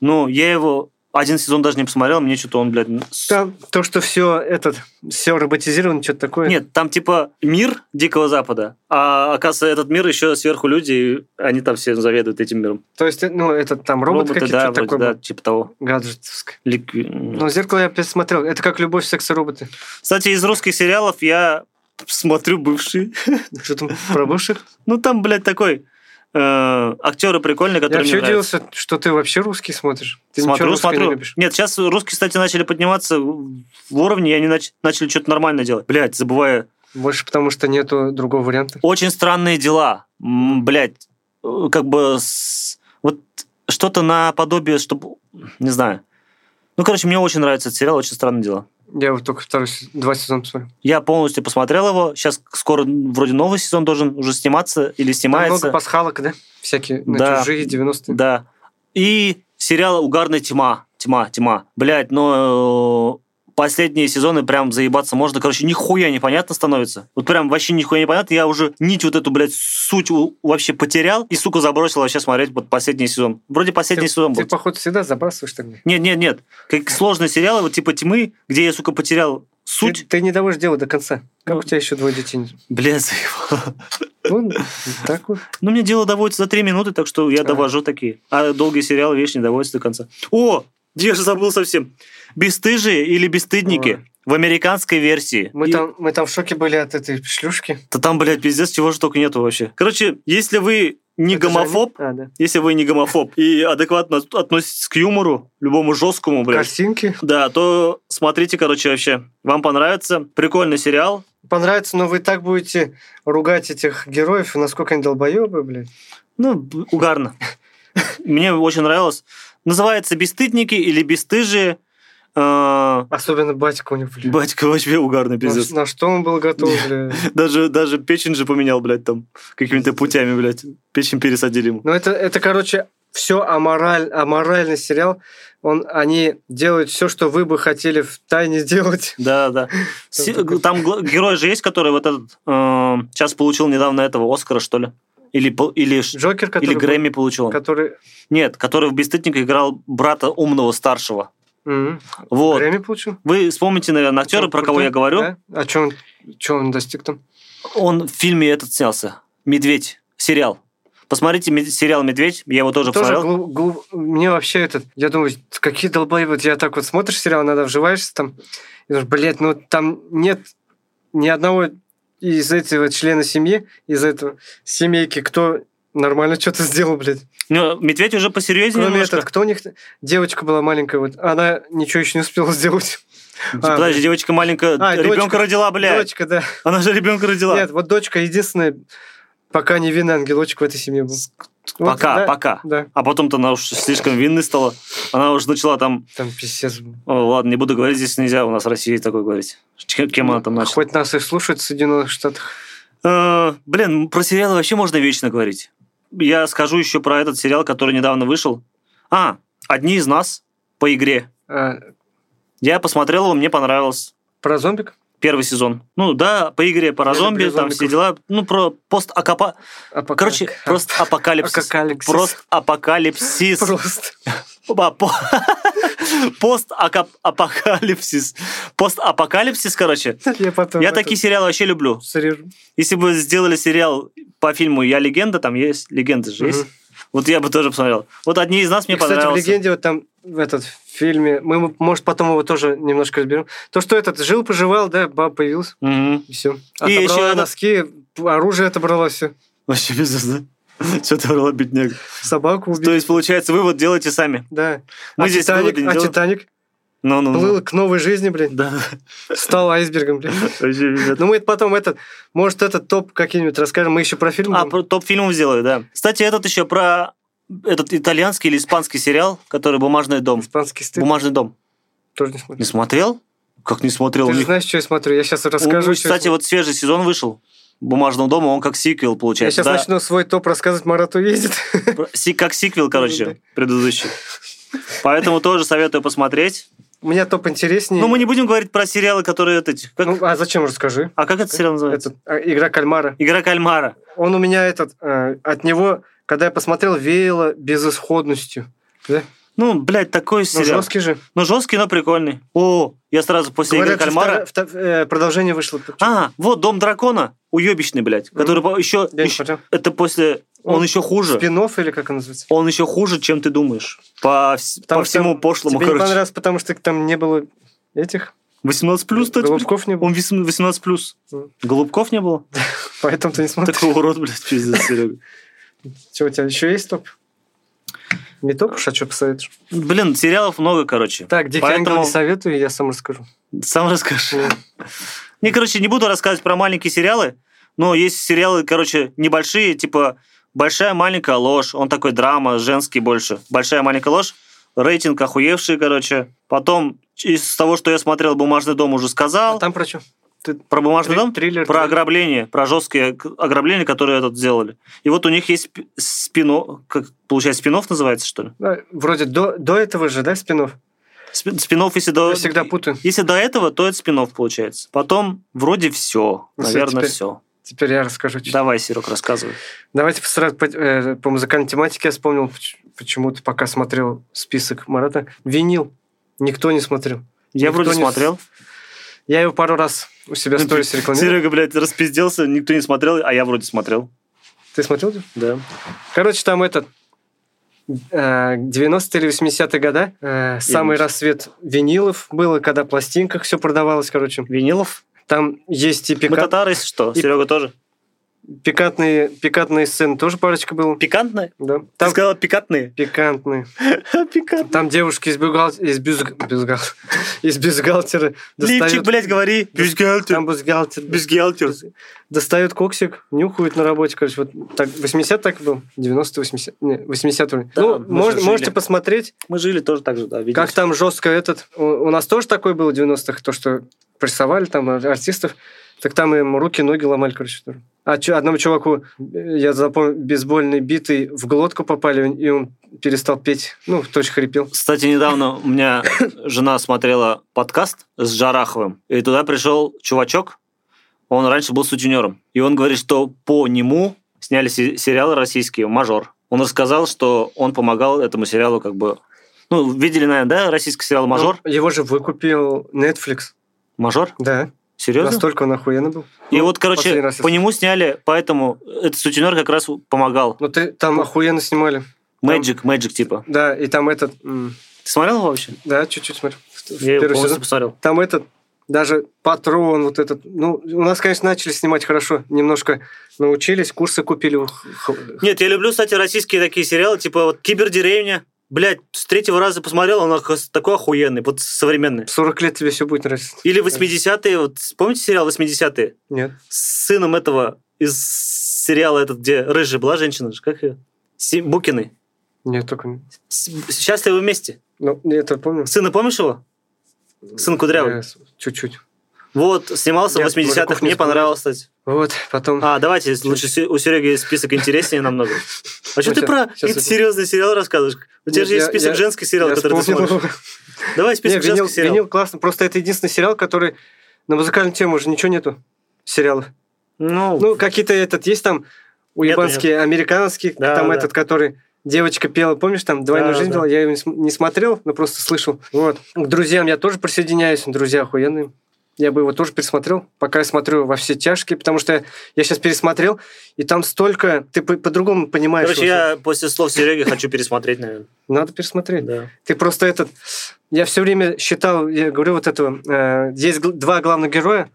Speaker 2: Ну, я его один сезон даже не посмотрел, мне что-то он, блядь... с-
Speaker 3: Там то, что все этот, все роботизировано, что-то такое.
Speaker 2: Нет, там типа мир Дикого Запада, а оказывается этот мир еще сверху люди, и они там все заведуют этим миром.
Speaker 3: То есть, ну, это там робот
Speaker 2: Роботы,
Speaker 3: какие-то
Speaker 2: да,
Speaker 3: что-то
Speaker 2: вроде,
Speaker 3: такое Ну.
Speaker 2: да,
Speaker 3: был.
Speaker 2: типа того.
Speaker 3: гаджетовское.
Speaker 2: Ликви-
Speaker 3: Но зеркало я пересмотрел. Это как любовь, секс и роботы.
Speaker 2: Кстати, из русских сериалов я смотрю бывшие.
Speaker 3: Что там про бывших?
Speaker 2: Ну, там, блядь, такой э, актеры прикольные,
Speaker 3: Я
Speaker 2: которые мне
Speaker 3: вообще
Speaker 2: нравятся.
Speaker 3: удивился, что ты вообще русский смотришь. Ты ничего
Speaker 2: смотрю,
Speaker 3: русское не
Speaker 2: смотрю.
Speaker 3: любишь.
Speaker 2: Нет, сейчас русские, кстати, начали подниматься в уровне, и они нач- начали что-то нормально делать. Блядь, забываю.
Speaker 3: Больше потому, что нету другого варианта.
Speaker 2: Очень странные дела. М, Блядь, э, как бы с- вот что-то наподобие, чтобы... Не знаю. Ну, короче, мне очень нравится этот сериал «Очень странные дела».
Speaker 3: Я вот только второй, сез- два сезона посмотрел. Там
Speaker 2: Я полностью посмотрел его. Сейчас скоро вроде новый сезон должен уже сниматься или снимается.
Speaker 3: много пасхалок, да? Всякие на
Speaker 2: Да.
Speaker 3: чужие 90-е.
Speaker 2: Да. И сериал «Угарная тьма». Тьма, тьма. Блять, но э, последние сезоны прям заебаться можно. Короче, нихуя непонятно становится. Вот прям вообще нихуя непонятно. Я уже нить вот эту, блядь, суть у- вообще потерял. И, сука, забросил вообще смотреть вот последний сезон. Вроде последний
Speaker 3: Ты,
Speaker 2: сезон
Speaker 3: ты,
Speaker 2: был.
Speaker 3: походу, всегда забрасываешь так. мне.
Speaker 2: Нет, нет, нет. Как сложные сериалы, вот типа «Тьмы», где я, сука, потерял
Speaker 3: Ты,
Speaker 2: суть. Ну.
Speaker 3: ты не доводишь дело до конца. Как у тебя еще двое детей? нет?
Speaker 2: Блядь, заебало.
Speaker 3: Ну, так вот.
Speaker 2: Ну, мне дело доводится за три минуты, так что я
Speaker 3: А.
Speaker 2: довожу такие. А долгие сериалы, видишь, не доводятся до конца. О, я же забыл совсем. «Бесстыжие» или «Бесстыдники» в американской версии.
Speaker 3: Мы,
Speaker 2: И-
Speaker 3: там, мы там в шоке были от этой шлюшки.
Speaker 2: Да там, блядь, пиздец, чего же только нету вообще. Короче, если вы не
Speaker 3: Это же они-
Speaker 2: гомофоб,
Speaker 3: А, да.
Speaker 2: если вы не гомофоб и адекватно от- относитесь к юмору, любому жесткому, блядь,
Speaker 3: Картинки.
Speaker 2: да, то смотрите, короче, вообще. Вам понравится. Прикольный сериал.
Speaker 3: понравится, но вы так будете ругать этих героев, насколько они долбоебы, блядь.
Speaker 2: Ну, б- угарно. Мне очень нравилось. Называется «Бесстыдники» или «Бесстыжие». Э,
Speaker 3: Особенно батька у них, блядь.
Speaker 2: Батька вообще угарный
Speaker 3: На,
Speaker 2: пиздец.
Speaker 3: на что он был готов, блядь.
Speaker 2: Даже, даже печень же поменял, блядь, там, какими-то путями, блядь. Печень пересадили ему.
Speaker 3: Ну, это, это, короче, все амораль, аморальный сериал. Он, они делают все, что вы бы хотели в тайне делать.
Speaker 2: Да, да. Си- Там гла- герой же есть, который вот этот а, сейчас получил недавно этого Оскара, что ли? Или, пол- или, ш-
Speaker 3: Джокер, который...
Speaker 2: или
Speaker 3: был-
Speaker 2: Грэмми получил.
Speaker 3: Который...
Speaker 2: Нет, который в «Бесстыдниках» играл брата умного старшего.
Speaker 3: М.
Speaker 2: Вот.
Speaker 3: Грэмми получил?
Speaker 2: Вы вспомните, наверное, актера,
Speaker 3: Он
Speaker 2: про кого
Speaker 3: крутой,
Speaker 2: я говорю.
Speaker 3: да? А что он, чё он достиг там?
Speaker 2: Он в фильме этот снялся. «Медведь». Сериал. Посмотрите мед- сериал «Медведь», я его тоже,
Speaker 3: Тоже
Speaker 2: посмотрел.
Speaker 3: глу- глу- мне вообще этот, я думаю, какие долбоебы, Вот я так вот смотришь сериал, иногда вживаешься там, и думаешь, блядь, ну там нет ни одного из этого члена семьи, из этого семейки, кто нормально что-то сделал, блядь.
Speaker 2: Ну, «Медведь» уже посерьезнее
Speaker 3: Кроме
Speaker 2: немножко.
Speaker 3: этот, кто у них, девочка была маленькая, вот, она ничего еще не успела сделать. А,
Speaker 2: Подожди, девочка маленькая,
Speaker 3: А,
Speaker 2: ребенка
Speaker 3: дочка.
Speaker 2: родила, блядь.
Speaker 3: Дочка, да.
Speaker 2: Она же ребенка родила.
Speaker 3: Нет, вот дочка единственная, пока невинный ангелочек в этой семье был. Вот,
Speaker 2: пока,
Speaker 3: да,
Speaker 2: пока.
Speaker 3: Да,
Speaker 2: А потом-то она уж слишком винной стала. Она уже начала там...
Speaker 3: там пиздец. был.
Speaker 2: «О, ладно, не буду говорить, здесь нельзя у нас в России такое говорить. Ч- Кем она там начала?
Speaker 3: Хоть нас и слушают в Соединенных Штатах.
Speaker 2: Э, Блин, про сериалы вообще можно вечно говорить. Я скажу еще про этот сериал, который недавно вышел. А, «Одни из нас» по игре.
Speaker 3: А,
Speaker 2: Я посмотрел его, мне понравилось.
Speaker 3: про зомбик?
Speaker 2: Первый сезон. Ну да, по игре, про
Speaker 3: Я
Speaker 2: зомби,
Speaker 3: люблю
Speaker 2: там все
Speaker 3: зомбиков.
Speaker 2: дела. Ну, про постакапа...
Speaker 3: А
Speaker 2: Короче, просто апокалипсис.
Speaker 3: Апокалипсис.
Speaker 2: Просто апокалипсис.
Speaker 3: Просто.
Speaker 2: Ба- по- Постакап- апокалипсис. Постапокалипсис, короче.
Speaker 3: Я потом...
Speaker 2: Я
Speaker 3: это
Speaker 2: такие сериалы вообще люблю.
Speaker 3: срежу.
Speaker 2: Если бы сделали сериал по фильму «Я легенда», там есть легенда же есть.
Speaker 3: Мгм.
Speaker 2: Вот я бы тоже посмотрел. Вот одни из нас
Speaker 3: И,
Speaker 2: мне
Speaker 3: кстати, в
Speaker 2: понравились.
Speaker 3: легенде вот там в этот в фильме, мы, может, потом его тоже немножко разберем. То, что этот жил-поживал, да, баба появился,
Speaker 2: Мгм.
Speaker 3: и все.
Speaker 2: И
Speaker 3: Отобрала
Speaker 2: еще этот-
Speaker 3: носки, оружие отобрала, все.
Speaker 2: Вообще безумно. Что ты врала, бедняк?
Speaker 3: Собаку убила.
Speaker 2: То есть, получается, вывод делайте сами.
Speaker 3: Да.
Speaker 2: Мы
Speaker 3: а
Speaker 2: здесь
Speaker 3: Титаник,
Speaker 2: выводы не
Speaker 3: а
Speaker 2: делаем.
Speaker 3: Титаник
Speaker 2: Ну-ну-ну.
Speaker 3: плыл к новой жизни, блин,
Speaker 2: Да,
Speaker 3: стал айсбергом, блин.
Speaker 2: вообще пиздец.
Speaker 3: Ну, мы это потом этот, может, этот топ какие-нибудь расскажем. Мы еще про фильм
Speaker 2: А,
Speaker 3: будем.
Speaker 2: про топ фильмов сделаю, да. Кстати, этот еще про этот итальянский или испанский сериал, который «Бумажный дом».
Speaker 3: Испанский стыд.
Speaker 2: «Бумажный дом».
Speaker 3: Тоже не
Speaker 2: Не
Speaker 3: смотрю.
Speaker 2: смотрел? Как не смотрел?
Speaker 3: Ты
Speaker 2: У
Speaker 3: же
Speaker 2: них-
Speaker 3: знаешь, что я смотрю. Я сейчас
Speaker 2: у-
Speaker 3: расскажу. чё я
Speaker 2: Кстати, вот свежий сезон вышел «Бумажного дома», он как сиквел,
Speaker 3: Я
Speaker 2: получается.
Speaker 3: сейчас
Speaker 2: да.
Speaker 3: начну свой топ рассказывать, Марат уедет.
Speaker 2: Про- си- Как сиквел,
Speaker 3: Да.
Speaker 2: короче, предыдущий. Поэтому тоже советую посмотреть.
Speaker 3: У меня топ интереснее.
Speaker 2: Но Ну, мы не будем говорить про сериалы, которые... вот эти- как-
Speaker 3: Ну, а зачем расскажи?
Speaker 2: А как этот сериал называется?
Speaker 3: Этот, а, игра кальмара.
Speaker 2: «Игра кальмара».
Speaker 3: Он у меня этот, э, от него, когда я посмотрел, веяло безысходностью. Да?
Speaker 2: Ну, блядь, такой
Speaker 3: Ну,
Speaker 2: сериал.
Speaker 3: жесткий же.
Speaker 2: Ну, жесткий, но прикольный. О, я сразу после «Игры
Speaker 3: Говорят,
Speaker 2: кальмара».
Speaker 3: втор- втор- э, продолжение вышло.
Speaker 2: А, вот «Дом дракона», уебищный, блядь, который по- еще...
Speaker 3: Я не
Speaker 2: еще-
Speaker 3: смотрел.
Speaker 2: Это после... Он
Speaker 3: Он
Speaker 2: еще хуже.
Speaker 3: Спин-офф или как он называется?
Speaker 2: Он еще хуже, чем ты думаешь. По, вс-
Speaker 3: Потому
Speaker 2: по
Speaker 3: что
Speaker 2: всему пошлому,
Speaker 3: Тебе не
Speaker 2: короче.
Speaker 3: понравилось, потому что там не было этих
Speaker 2: 18 плюс, кстати, блядь.
Speaker 3: голубков не было,
Speaker 2: Он 18 плюс.
Speaker 3: Мгм.
Speaker 2: Голубков не было?
Speaker 3: поэтому ты не смотришь.
Speaker 2: Такой урод, блядь, пиздец, Серега.
Speaker 3: Что, у тебя еще есть топ? Не топ, уж, а что посоветуешь?
Speaker 2: Блин, сериалов много, короче.
Speaker 3: Так, Дикий
Speaker 2: Поэтому
Speaker 3: Ангел не советую, я сам расскажу.
Speaker 2: сам расскажи.
Speaker 3: Ну,
Speaker 2: Не, короче, не буду рассказывать про маленькие сериалы, но есть сериалы, короче, небольшие, типа «Большая маленькая ложь», он такой драма, женский больше. «Большая маленькая ложь», рейтинг охуевший, короче. Потом из того, что я смотрел, «Бумажный дом» уже сказал.
Speaker 3: А там про что?
Speaker 2: Про «Бумажный дом»?
Speaker 3: Триллер.
Speaker 2: Про
Speaker 3: триллер.
Speaker 2: ограбление, про жесткие г- ограбления, которые этот сделали. И вот у них есть спи- спино... Как, получается, спинов называется, что ли?
Speaker 3: Да, вроде до, до этого же, да, спинов?
Speaker 2: Спи- Спинов, если до...
Speaker 3: Я всегда путаю.
Speaker 2: Если до этого, то это спинов получается. Потом вроде все.
Speaker 3: Ну,
Speaker 2: Наверное,
Speaker 3: теперь-
Speaker 2: все.
Speaker 3: Теперь я расскажу. чуть.
Speaker 2: Давай, Серег, рассказывай.
Speaker 3: Давайте сразу по, э, по музыкальной тематике я вспомнил поч- почему-то, пока смотрел список Марата. Винил. Никто не смотрел.
Speaker 2: Я
Speaker 3: Никто
Speaker 2: вроде
Speaker 3: не
Speaker 2: смотрел.
Speaker 3: Я его пару раз у себя в сторис рекламировал.
Speaker 2: Серега, блядь, распизделся, никто не смотрел, а я вроде смотрел.
Speaker 3: Ты смотрел?
Speaker 2: Да.
Speaker 3: Короче, там этот э, 90-е или 80-е года, э, самый
Speaker 2: не-
Speaker 3: рассвет винилов было, когда в пластинках все продавалось, короче.
Speaker 2: Винилов?
Speaker 3: Там есть и
Speaker 2: Мы
Speaker 3: пика-
Speaker 2: татары, если что.
Speaker 3: И-
Speaker 2: Серега тоже.
Speaker 3: пикантные, пикантные сцены, тоже парочка было.
Speaker 2: Пикантные?
Speaker 3: Да.
Speaker 2: Ты
Speaker 3: Там
Speaker 2: сказала пикантные?
Speaker 3: пикантные.
Speaker 2: Пикантные.
Speaker 3: Там девушки из, бюгалт- из, бюз- бюзгал- из бюстгальтера
Speaker 2: Липчик,
Speaker 3: достают...
Speaker 2: блядь, говори. Бюстгальтер.
Speaker 3: Там бюстгальтер.
Speaker 2: Бюстгальтер.
Speaker 3: Бюст- Достают коксик, нюхают на работе. Короче, вот так, 80 так был? 90 80 не, 80 вроде.
Speaker 2: Да, мы
Speaker 3: ну,
Speaker 2: же
Speaker 3: мож-
Speaker 2: жили.
Speaker 3: можете посмотреть,
Speaker 2: Мы жили тоже так же, да, виделись.
Speaker 3: Как там жестко этот... У, у нас тоже такой был в 90-х, то, что прессовали там ар- артистов, так там им руки, ноги ломали, короче. тоже. А чё- одному чуваку, э, я запомнил, бейсбольной битой в глотку попали, и он перестал петь. Ну, точно хрипел.
Speaker 2: Кстати, недавно у меня жена смотрела подкаст с Жараховым, и туда пришел чувачок, он раньше был сутенером, и он говорит, что по нему сняли се- сериалы российские «Мажор». Он рассказал, что он помогал этому сериалу как бы... Ну, видели, наверное, да, российский сериал «Мажор»?
Speaker 3: Ну, его же выкупил Netflix.
Speaker 2: «Мажор»?
Speaker 3: Да.
Speaker 2: Серьезно?
Speaker 3: Настолько он охуенно был.
Speaker 2: И
Speaker 3: Ну,
Speaker 2: вот, короче,
Speaker 3: последний раз я
Speaker 2: по нему сняли, поэтому этот сутенер как раз помогал.
Speaker 3: Ну, ты там охуенно снимали.
Speaker 2: Мэджик, Мэджик типа.
Speaker 3: Да, и там этот... м,
Speaker 2: Ты смотрел его вообще?
Speaker 3: Да, чуть-чуть смотрю. В- в
Speaker 2: Я его
Speaker 3: первый
Speaker 2: полностью
Speaker 3: сезон.
Speaker 2: посмотрел.
Speaker 3: Там этот, даже патрон вот этот. Ну, у нас, конечно, начали снимать хорошо. Немножко научились, курсы купили. у х-
Speaker 2: Нет, я люблю, кстати, российские такие сериалы, типа вот «Кибердеревня». Блядь, с третьего раза посмотрел, он ох- такой охуенный, вот современный.
Speaker 3: В 40 лет тебе все будет нравиться.
Speaker 2: Или 80-е, вот помните сериал 80-е?
Speaker 3: Нет.
Speaker 2: С сыном этого из сериала этот, где рыжая была женщина же, как ее? Си- Букиной.
Speaker 3: Нет, только... не-
Speaker 2: С- Счастливы вместе.
Speaker 3: Ну, я это помню.
Speaker 2: Сына помнишь его? Сын
Speaker 3: Я
Speaker 2: Кудрявый.
Speaker 3: с- Чуть-чуть.
Speaker 2: Вот, снимался
Speaker 3: Нет,
Speaker 2: в 80-х,
Speaker 3: мужиков не
Speaker 2: мне понравилось, кстати.
Speaker 3: Вот, потом...
Speaker 2: А, давайте, лучше се- у Сереги список интереснее намного. А что
Speaker 3: Ну,
Speaker 2: ты
Speaker 3: щас-
Speaker 2: про
Speaker 3: щас
Speaker 2: какие-то
Speaker 3: возьму.
Speaker 2: серьезные сериалы рассказываешь? У тебя
Speaker 3: Нет,
Speaker 2: же есть
Speaker 3: я-
Speaker 2: список
Speaker 3: я-
Speaker 2: женских сериалов,
Speaker 3: я
Speaker 2: которые ты
Speaker 3: вспомнил.
Speaker 2: смотришь. Давай
Speaker 3: Не,
Speaker 2: список
Speaker 3: винил,
Speaker 2: женских сериалов.
Speaker 3: винил классно. Просто это единственный сериал, который на музыкальную тему уже ничего нету сериалов.
Speaker 2: Ну,
Speaker 3: Ну, какие-то этот есть там уебанские, американские,
Speaker 2: Да,
Speaker 3: там
Speaker 2: да.
Speaker 3: этот, который девочка пела, помнишь, там «Двойную
Speaker 2: Да,
Speaker 3: жизнь»
Speaker 2: да.
Speaker 3: была, я его не см- не смотрел, но просто слышал. Вот. К друзьям я тоже присоединяюсь, друзья охуенные. Я бы его тоже пересмотрел, пока я смотрю «Во все тяжкие», потому что я, сейчас пересмотрел, и там столько... Ты по- по-другому понимаешь.
Speaker 2: короче,
Speaker 3: уже.
Speaker 2: я после слов Сереги хочу пересмотреть, наверное.
Speaker 3: Надо пересмотреть.
Speaker 2: Да.
Speaker 3: Ты просто этот... Я все время считал, я говорю вот этого, э, есть гл- два главных героя,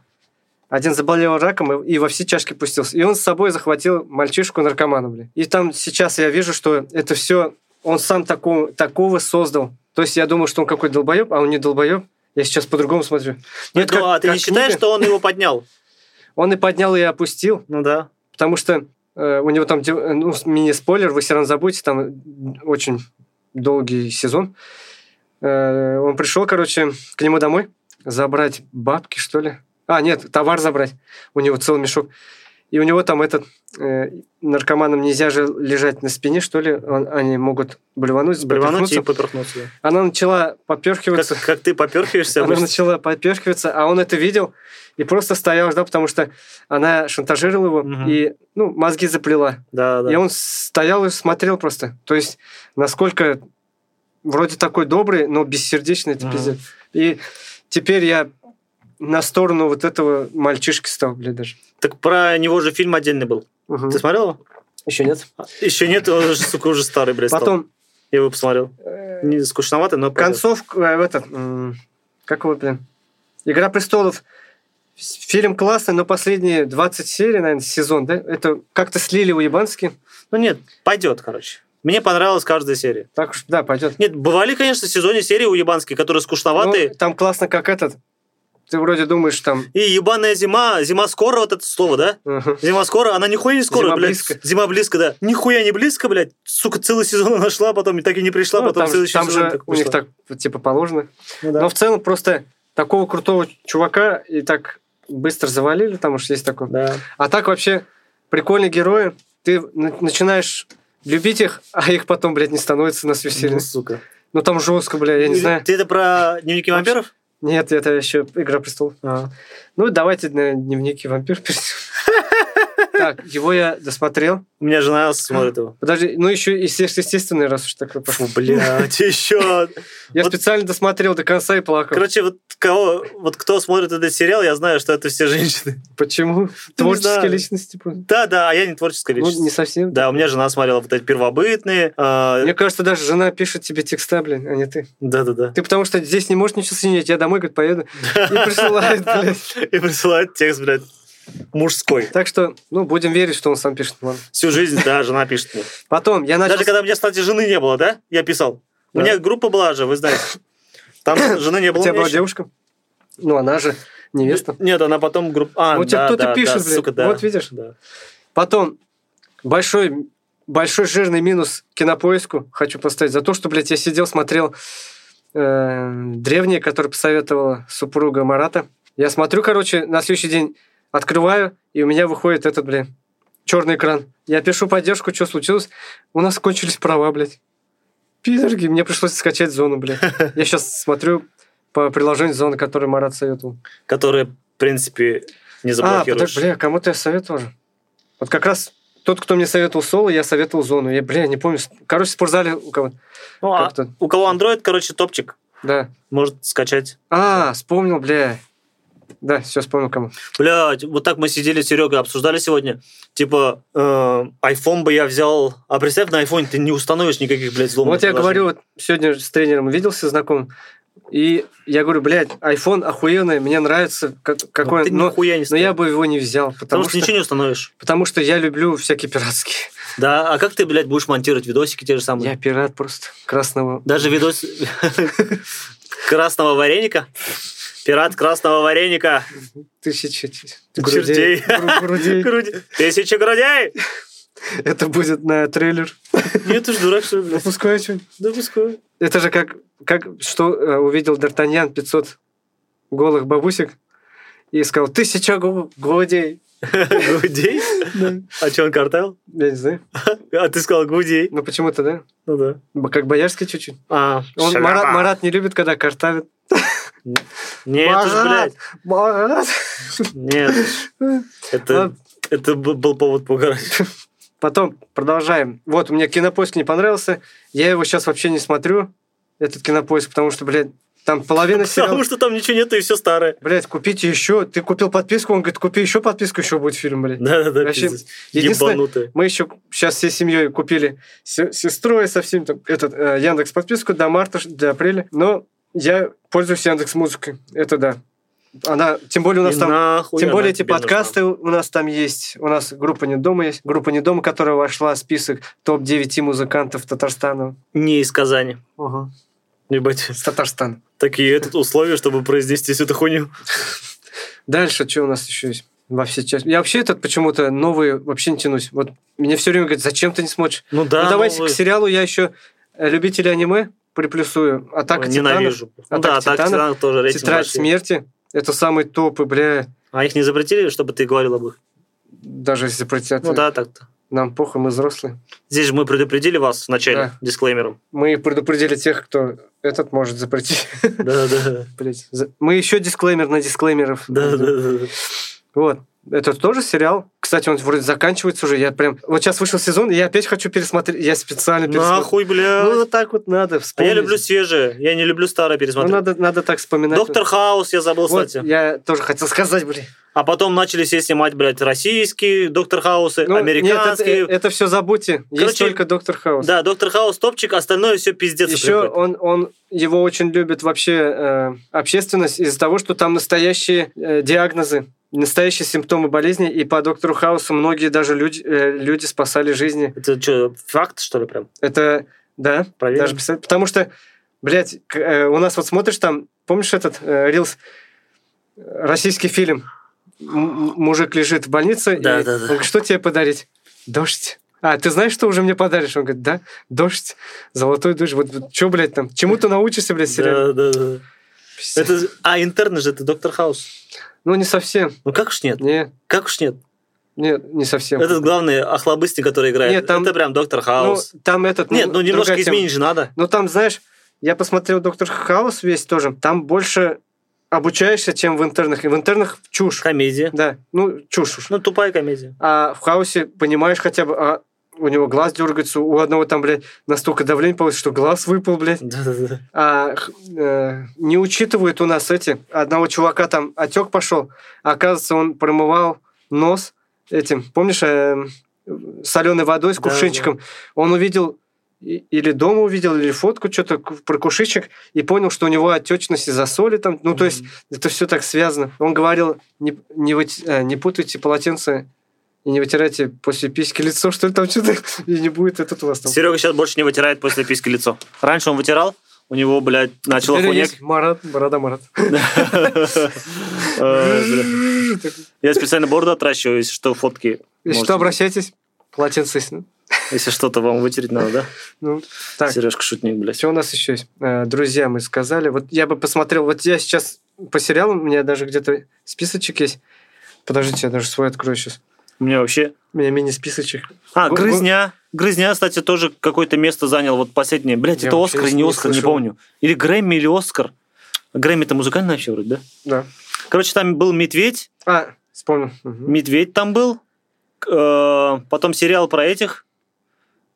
Speaker 3: один заболел раком и, и во все чашки пустился. И он с собой захватил мальчишку-наркомана, блин. И там сейчас я вижу, что это все он сам такого, такого создал. То есть я думал, что он какой-то долбоеб, а он не долбоеб. Я сейчас по-другому смотрю. Ну,
Speaker 2: Нет,
Speaker 3: это
Speaker 2: ну
Speaker 3: как-
Speaker 2: а ты
Speaker 3: как
Speaker 2: не считаешь,
Speaker 3: книга.
Speaker 2: что он его поднял?
Speaker 3: Он и поднял, и опустил.
Speaker 2: Ну да.
Speaker 3: Потому что э, у него там, де- э, ну, с- мини-спойлер, вы все равно забудете, там очень долгий сезон. Э, он пришел, короче, к нему домой забрать бабки, что ли. А, нет, товар забрать. У него целый мешок. И у него там этот... э, наркоманам нельзя же лежать на спине, что ли. Он- они могут блевануть,
Speaker 2: Блевануть и
Speaker 3: поперхнуться.
Speaker 2: поперхнуться.
Speaker 3: Она начала поперхиваться.
Speaker 2: Как, как ты поперхиваешься
Speaker 3: Она
Speaker 2: обычно.
Speaker 3: начала поперхиваться, а он это видел и просто стоял, ждал, потому что она шантажировала его
Speaker 2: Мгм.
Speaker 3: и ну, мозги заплела.
Speaker 2: Да,
Speaker 3: И
Speaker 2: да.
Speaker 3: он стоял и смотрел просто. То есть, насколько вроде такой добрый, но бессердечный это
Speaker 2: Мгм.
Speaker 3: пиздец. И теперь я на сторону вот этого мальчишки стал, блядь, даже.
Speaker 2: Так про него же фильм отдельный был.
Speaker 3: Мгм.
Speaker 2: Ты смотрел его?
Speaker 3: Еще нет?
Speaker 2: Еще нет, он же, сука, уже старый, блядь, стал.
Speaker 3: Потом
Speaker 2: Я его посмотрел.
Speaker 3: э,
Speaker 2: Не скучновато, но пойдет.
Speaker 3: концовка, э, в этот, м, как его, блин, «Игра престолов». С- Фильм классный, но последние 20 серий, наверное, сезон, да, это как-то слили у ебански.
Speaker 2: Ну нет, пойдет, короче. Мне понравилась каждая серия.
Speaker 3: Так уж, да, пойдет.
Speaker 2: Нет, бывали, конечно, в сезоне серии у ебанские, которые скучноватые.
Speaker 3: Ну, там классно, как этот. Ты вроде думаешь, там...
Speaker 2: И ебаная зима, зима скоро, вот это слово, да?
Speaker 3: мгм.
Speaker 2: Зима скоро, она нихуя не скоро,
Speaker 3: Зима
Speaker 2: блядь.
Speaker 3: близко.
Speaker 2: Зима близко, да. Нихуя не близко, блядь. Сука, целый сезон она шла, потом и так и не пришла,
Speaker 3: Ну,
Speaker 2: потом
Speaker 3: там,
Speaker 2: следующий
Speaker 3: там
Speaker 2: сезон
Speaker 3: же
Speaker 2: так
Speaker 3: у них
Speaker 2: пошла.
Speaker 3: так, вот, типа, положено.
Speaker 2: Ну да.
Speaker 3: Но в целом просто такого крутого чувака и так быстро завалили, там уж есть такой.
Speaker 2: Да.
Speaker 3: А так вообще прикольные герои. Ты на- начинаешь любить их, а их потом, блядь, не становится на свете.
Speaker 2: Ну, сука.
Speaker 3: Ну там жестко, бля, я не
Speaker 2: Ты-
Speaker 3: знаю.
Speaker 2: Ты это про дневники вампиров?
Speaker 3: Нет, это еще Игра престолов.
Speaker 2: А.
Speaker 3: Ну, давайте на дневники вампир перейдем. Так, его я досмотрел.
Speaker 2: У меня жена смотрит его.
Speaker 3: Подожди, ну еще и естественный раз уж так
Speaker 2: Фу,
Speaker 3: пошло.
Speaker 2: блядь, еще.
Speaker 3: Я
Speaker 2: Вот-
Speaker 3: специально досмотрел до конца и плакал.
Speaker 2: Короче, вот кого, вот кто смотрит этот сериал, я знаю, что это все женщины.
Speaker 3: Почему? Творческие
Speaker 2: знаю.
Speaker 3: личности. просто.
Speaker 2: Да, да, а я не творческая
Speaker 3: Ну,
Speaker 2: личность.
Speaker 3: не совсем.
Speaker 2: Да, у меня жена смотрела вот эти первобытные. а,
Speaker 3: Мне кажется, даже жена пишет тебе текста, блин, а не ты.
Speaker 2: Да-да-да.
Speaker 3: Ты потому что здесь не можешь ничего сочинять, я домой, говорит, поеду. И присылает, блядь.
Speaker 2: И присылает текст, блядь, мужской.
Speaker 3: Так что, ну, будем верить, что он сам пишет. ладно.
Speaker 2: Всю жизнь, да, жена пишет мне.
Speaker 3: Потом я начал...
Speaker 2: Даже когда у меня, кстати, жены не было, да? Я писал. У
Speaker 3: Да.
Speaker 2: меня группа была же, вы знаете. Там жены не было.
Speaker 3: У
Speaker 2: у
Speaker 3: тебя
Speaker 2: меня
Speaker 3: была
Speaker 2: еще-
Speaker 3: девушка? Ну, она же невеста.
Speaker 2: Нет, она потом группа... А,
Speaker 3: Ну, у тебя
Speaker 2: да,
Speaker 3: кто-то
Speaker 2: да,
Speaker 3: пишет,
Speaker 2: да,
Speaker 3: блядь.
Speaker 2: сука, да.
Speaker 3: Вот видишь?
Speaker 2: Да.
Speaker 3: Потом большой, большой жирный минус кинопоиску хочу поставить за то, что, блядь, я сидел, смотрел э, древние, которые посоветовала супруга Марата. Я смотрю, короче, на следующий день открываю, и у меня выходит этот, блядь, черный экран. Я пишу поддержку, что случилось. У нас кончились права, блядь. Пидорги, мне пришлось скачать зону, блядь. Я сейчас смотрю по приложению зоны, которое Марат советовал.
Speaker 2: Которые, в принципе, не
Speaker 3: А, подож-
Speaker 2: заблокируешь.
Speaker 3: бля, кому-то я советовал же. Вот как раз тот, кто мне советовал соло, я советовал зону. Я, бля, не помню. с- Короче, в спортзале у кого-то.
Speaker 2: Ну, а
Speaker 3: как-то.
Speaker 2: у кого Android, короче, топчик.
Speaker 3: Да.
Speaker 2: Может скачать.
Speaker 3: А, вспомнил, бля. Да, все вспомнил кому.
Speaker 2: Блядь, вот так мы сидели с Серегой, обсуждали сегодня. Типа, э, iPhone бы я взял. А представь, на iPhone ты не установишь никаких, блядь, взломов.
Speaker 3: вот я говорю, вот сегодня с тренером виделся знаком, и я говорю, блядь, iPhone охуенный, мне нравится, как- какой
Speaker 2: Ну, ты
Speaker 3: он, но,
Speaker 2: нихуя не
Speaker 3: но ну, я
Speaker 2: ставишь.
Speaker 3: бы его не взял,
Speaker 2: Потому
Speaker 3: потому,
Speaker 2: что,
Speaker 3: что,
Speaker 2: ничего не установишь.
Speaker 3: потому что я люблю всякие пиратские.
Speaker 2: Да, а как ты, блядь, будешь монтировать видосики те же самые?
Speaker 3: Я пират просто красного.
Speaker 2: Даже видос красного вареника? Пират красного вареника.
Speaker 3: Тысячи ч-
Speaker 2: Чертей.
Speaker 3: грудей. гру- грудей.
Speaker 2: Груди. Тысяча грудей!
Speaker 3: Это будет на трейлер.
Speaker 2: Нет, ты ж дурак, что ли, блядь?
Speaker 3: Выпускаю что
Speaker 2: Да пускай.
Speaker 3: Это же как, как что э, увидел Д'Артаньян 500 голых бабусек и сказал, тысяча гу- грудей.
Speaker 2: Грудей?
Speaker 3: Да.
Speaker 2: А че он картел?
Speaker 3: Я не знаю.
Speaker 2: А ты сказал грудей.
Speaker 3: Ну почему-то, да?
Speaker 2: Ну да.
Speaker 3: Б- Как боярский чуть-чуть.
Speaker 2: А,
Speaker 3: Он,
Speaker 2: шляпа.
Speaker 3: Марат, Марат не любит, когда картавит.
Speaker 2: Нет, это ж, блядь.
Speaker 3: Марат! Марат!
Speaker 2: Нет. Это,
Speaker 3: Ладно.
Speaker 2: это б- был повод поугарать.
Speaker 3: Потом продолжаем. Вот, мне кинопоиск не понравился. Я его сейчас вообще не смотрю, этот кинопоиск, потому что, блядь, там половина сериала...
Speaker 2: Потому что там ничего нету и все старое.
Speaker 3: Блядь, купите еще. Ты купил подписку, он говорит, купи еще подписку, еще будет фильм, блядь.
Speaker 2: Да-да-да,
Speaker 3: Вообще,
Speaker 2: пиздец.
Speaker 3: единственное-
Speaker 2: Ебанутые.
Speaker 3: Мы еще сейчас всей семьей купили с сестрой со всеми там, этот, э, Яндекс подписку до марта, ш- до апреля. Но я пользуюсь Яндекс музыкой. Это да. Она, тем более у нас
Speaker 2: И
Speaker 3: там
Speaker 2: нахуй
Speaker 3: тем
Speaker 2: она
Speaker 3: более эти
Speaker 2: тебе нужна.
Speaker 3: подкасты у нас там есть. У нас группа «Не дома» есть. Группа «Не дома», которая вошла в список топ-9 музыкантов Татарстана.
Speaker 2: Не из Казани. Ебать.
Speaker 3: С Татарстана.
Speaker 2: Такие этот условия, чтобы произнести всю эту хуйню.
Speaker 3: Дальше что у нас еще есть? Во все части. Я вообще этот почему-то новые вообще не тянусь. Вот мне все время говорят, зачем ты не смотришь?
Speaker 2: Ну да,
Speaker 3: ну, давайте
Speaker 2: вы-
Speaker 3: к сериалу я еще любители аниме приплюсую. Атака
Speaker 2: Ой,
Speaker 3: Титанов.
Speaker 2: Ненавижу. Ну
Speaker 3: «Атака
Speaker 2: да, так
Speaker 3: Титанов»,
Speaker 2: Титанов тоже рейтинг
Speaker 3: Тетрадь
Speaker 2: вообще.
Speaker 3: смерти. Это самые топы, бля.
Speaker 2: А их не запретили, чтобы ты говорил об их?
Speaker 3: Даже если запретят,
Speaker 2: Ну да, так-то.
Speaker 3: нам похуй, мы взрослые.
Speaker 2: Здесь же мы предупредили вас вначале
Speaker 3: Да.
Speaker 2: дисклеймером.
Speaker 3: Мы предупредили тех, кто этот может запретить.
Speaker 2: Да, да,
Speaker 3: Блядь, за- Мы еще дисклеймер на дисклеймеров.
Speaker 2: да, да, да.
Speaker 3: Вот. Это тоже сериал. Кстати, он вроде заканчивается уже. Я прям... Вот сейчас вышел сезон, и я опять хочу пересмотреть. Я специально пересмотрю.
Speaker 2: Нахуй, бля.
Speaker 3: Ну, вот так вот надо
Speaker 2: А
Speaker 3: вспомнить.
Speaker 2: я люблю свежие, я не люблю старое
Speaker 3: Ну,
Speaker 2: пересмотреть.
Speaker 3: надо, надо так вспоминать.
Speaker 2: Доктор Хаус я забыл,
Speaker 3: Вот,
Speaker 2: кстати.
Speaker 3: я тоже хотел сказать, блин.
Speaker 2: А потом начали все снимать, блядь, российские Доктор Хаусы,
Speaker 3: Ну, нет,
Speaker 2: американские.
Speaker 3: это, все забудьте. Есть
Speaker 2: Короче,
Speaker 3: только Доктор Хаус.
Speaker 2: Да, Доктор Хаус топчик, остальное все пиздец.
Speaker 3: Еще
Speaker 2: какой-то.
Speaker 3: он, он, его очень любит вообще э, общественность из-за того, что там настоящие э, диагнозы, настоящие симптомы болезни, и по доктору Хаусу многие даже люди, э, люди спасали жизни.
Speaker 2: Это что, факт, что ли, прям?
Speaker 3: Это, да,
Speaker 2: Проверим.
Speaker 3: даже писать. Потому что, блядь, к- э, у нас вот смотришь там, помнишь этот э, Рилс, российский фильм, М- м- мужик лежит в больнице,
Speaker 2: Да,
Speaker 3: и
Speaker 2: да, да.
Speaker 3: он говорит, что тебе подарить? Дождь. А, ты знаешь, что уже мне подаришь? Он говорит, да, дождь, золотой дождь. Вот, вот что, блядь, там, чему ты научишься, блядь, сериал?
Speaker 2: Да, да, да. Это... А, интерны же, это Доктор Хаус.
Speaker 3: Ну, не совсем.
Speaker 2: Ну как уж нет,
Speaker 3: Не,
Speaker 2: как уж нет.
Speaker 3: не, не совсем. Ну,
Speaker 2: Этот главный охлобыстник, который играет,
Speaker 3: Нет, там-
Speaker 2: это прям Доктор
Speaker 3: ну,
Speaker 2: Хаус.
Speaker 3: там этот...
Speaker 2: нет, ну немножко
Speaker 3: другая тема.
Speaker 2: изменить же надо.
Speaker 3: Ну, там, знаешь, я посмотрел «Доктор Хаус» весь тоже. Там больше обучаешься, чем в интернах. И в интернах чушь.
Speaker 2: Комедия.
Speaker 3: Да, ну, чушь уж.
Speaker 2: Ну, тупая комедия.
Speaker 3: А в хаосе понимаешь хотя бы, а у него глаз дергается, у одного там, блядь, настолько давление получилось, что глаз выпал, блядь.
Speaker 2: Да-да-да.
Speaker 3: А х- э, не учитывают у нас эти. Одного чувака там отек пошел, а оказывается, он промывал нос этим, помнишь, эм, соленой водой с
Speaker 2: Да,
Speaker 3: кувшинчиком. Он увидел и- или дома увидел, или фотку что-то к- про кувшинчик, и понял, что у него отечность из-за соли там. Ну, то есть, это все так связано. Он говорил, не, не, выть- э, не путайте полотенце и не вытирайте после письки лицо, что ли, там что-то, и не будет этот у вас там.
Speaker 2: Серега сейчас больше не вытирает после писки лицо. Раньше он вытирал, у него, блядь, начало
Speaker 3: Теперь
Speaker 2: хуйня.
Speaker 3: есть Марат, борода Марат.
Speaker 2: Э, бля. Я специально бороду отращиваю, если что, фотки.
Speaker 3: Если
Speaker 2: можете-
Speaker 3: что, обращайтесь, полотенце есть. ну.
Speaker 2: Если что-то вам вытереть надо,
Speaker 3: Ну,
Speaker 2: да?
Speaker 3: так,
Speaker 2: Сережка шутник, блядь.
Speaker 3: что у нас еще есть? Э, Друзья, мы сказали. Вот я бы посмотрел, вот я сейчас по сериалам, у меня даже где-то списочек есть. Подождите, я даже свой открою сейчас.
Speaker 2: У меня вообще...
Speaker 3: У меня мини-списочек.
Speaker 2: А,
Speaker 3: Гу- гу-
Speaker 2: Грызня. Грызня, кстати, тоже какое-то место занял вот последнее. Блядь,
Speaker 3: Я
Speaker 2: это
Speaker 3: вообще
Speaker 2: Оскар или
Speaker 3: не
Speaker 2: не Оскар, не
Speaker 3: слышал.
Speaker 2: помню. Или Грэмми, или Оскар. Грэмми это музыкальный вообще вроде, да?
Speaker 3: Да.
Speaker 2: Короче, там был Медведь.
Speaker 3: А, вспомнил. Мгм.
Speaker 2: Медведь там был. Э, Потом сериал про этих.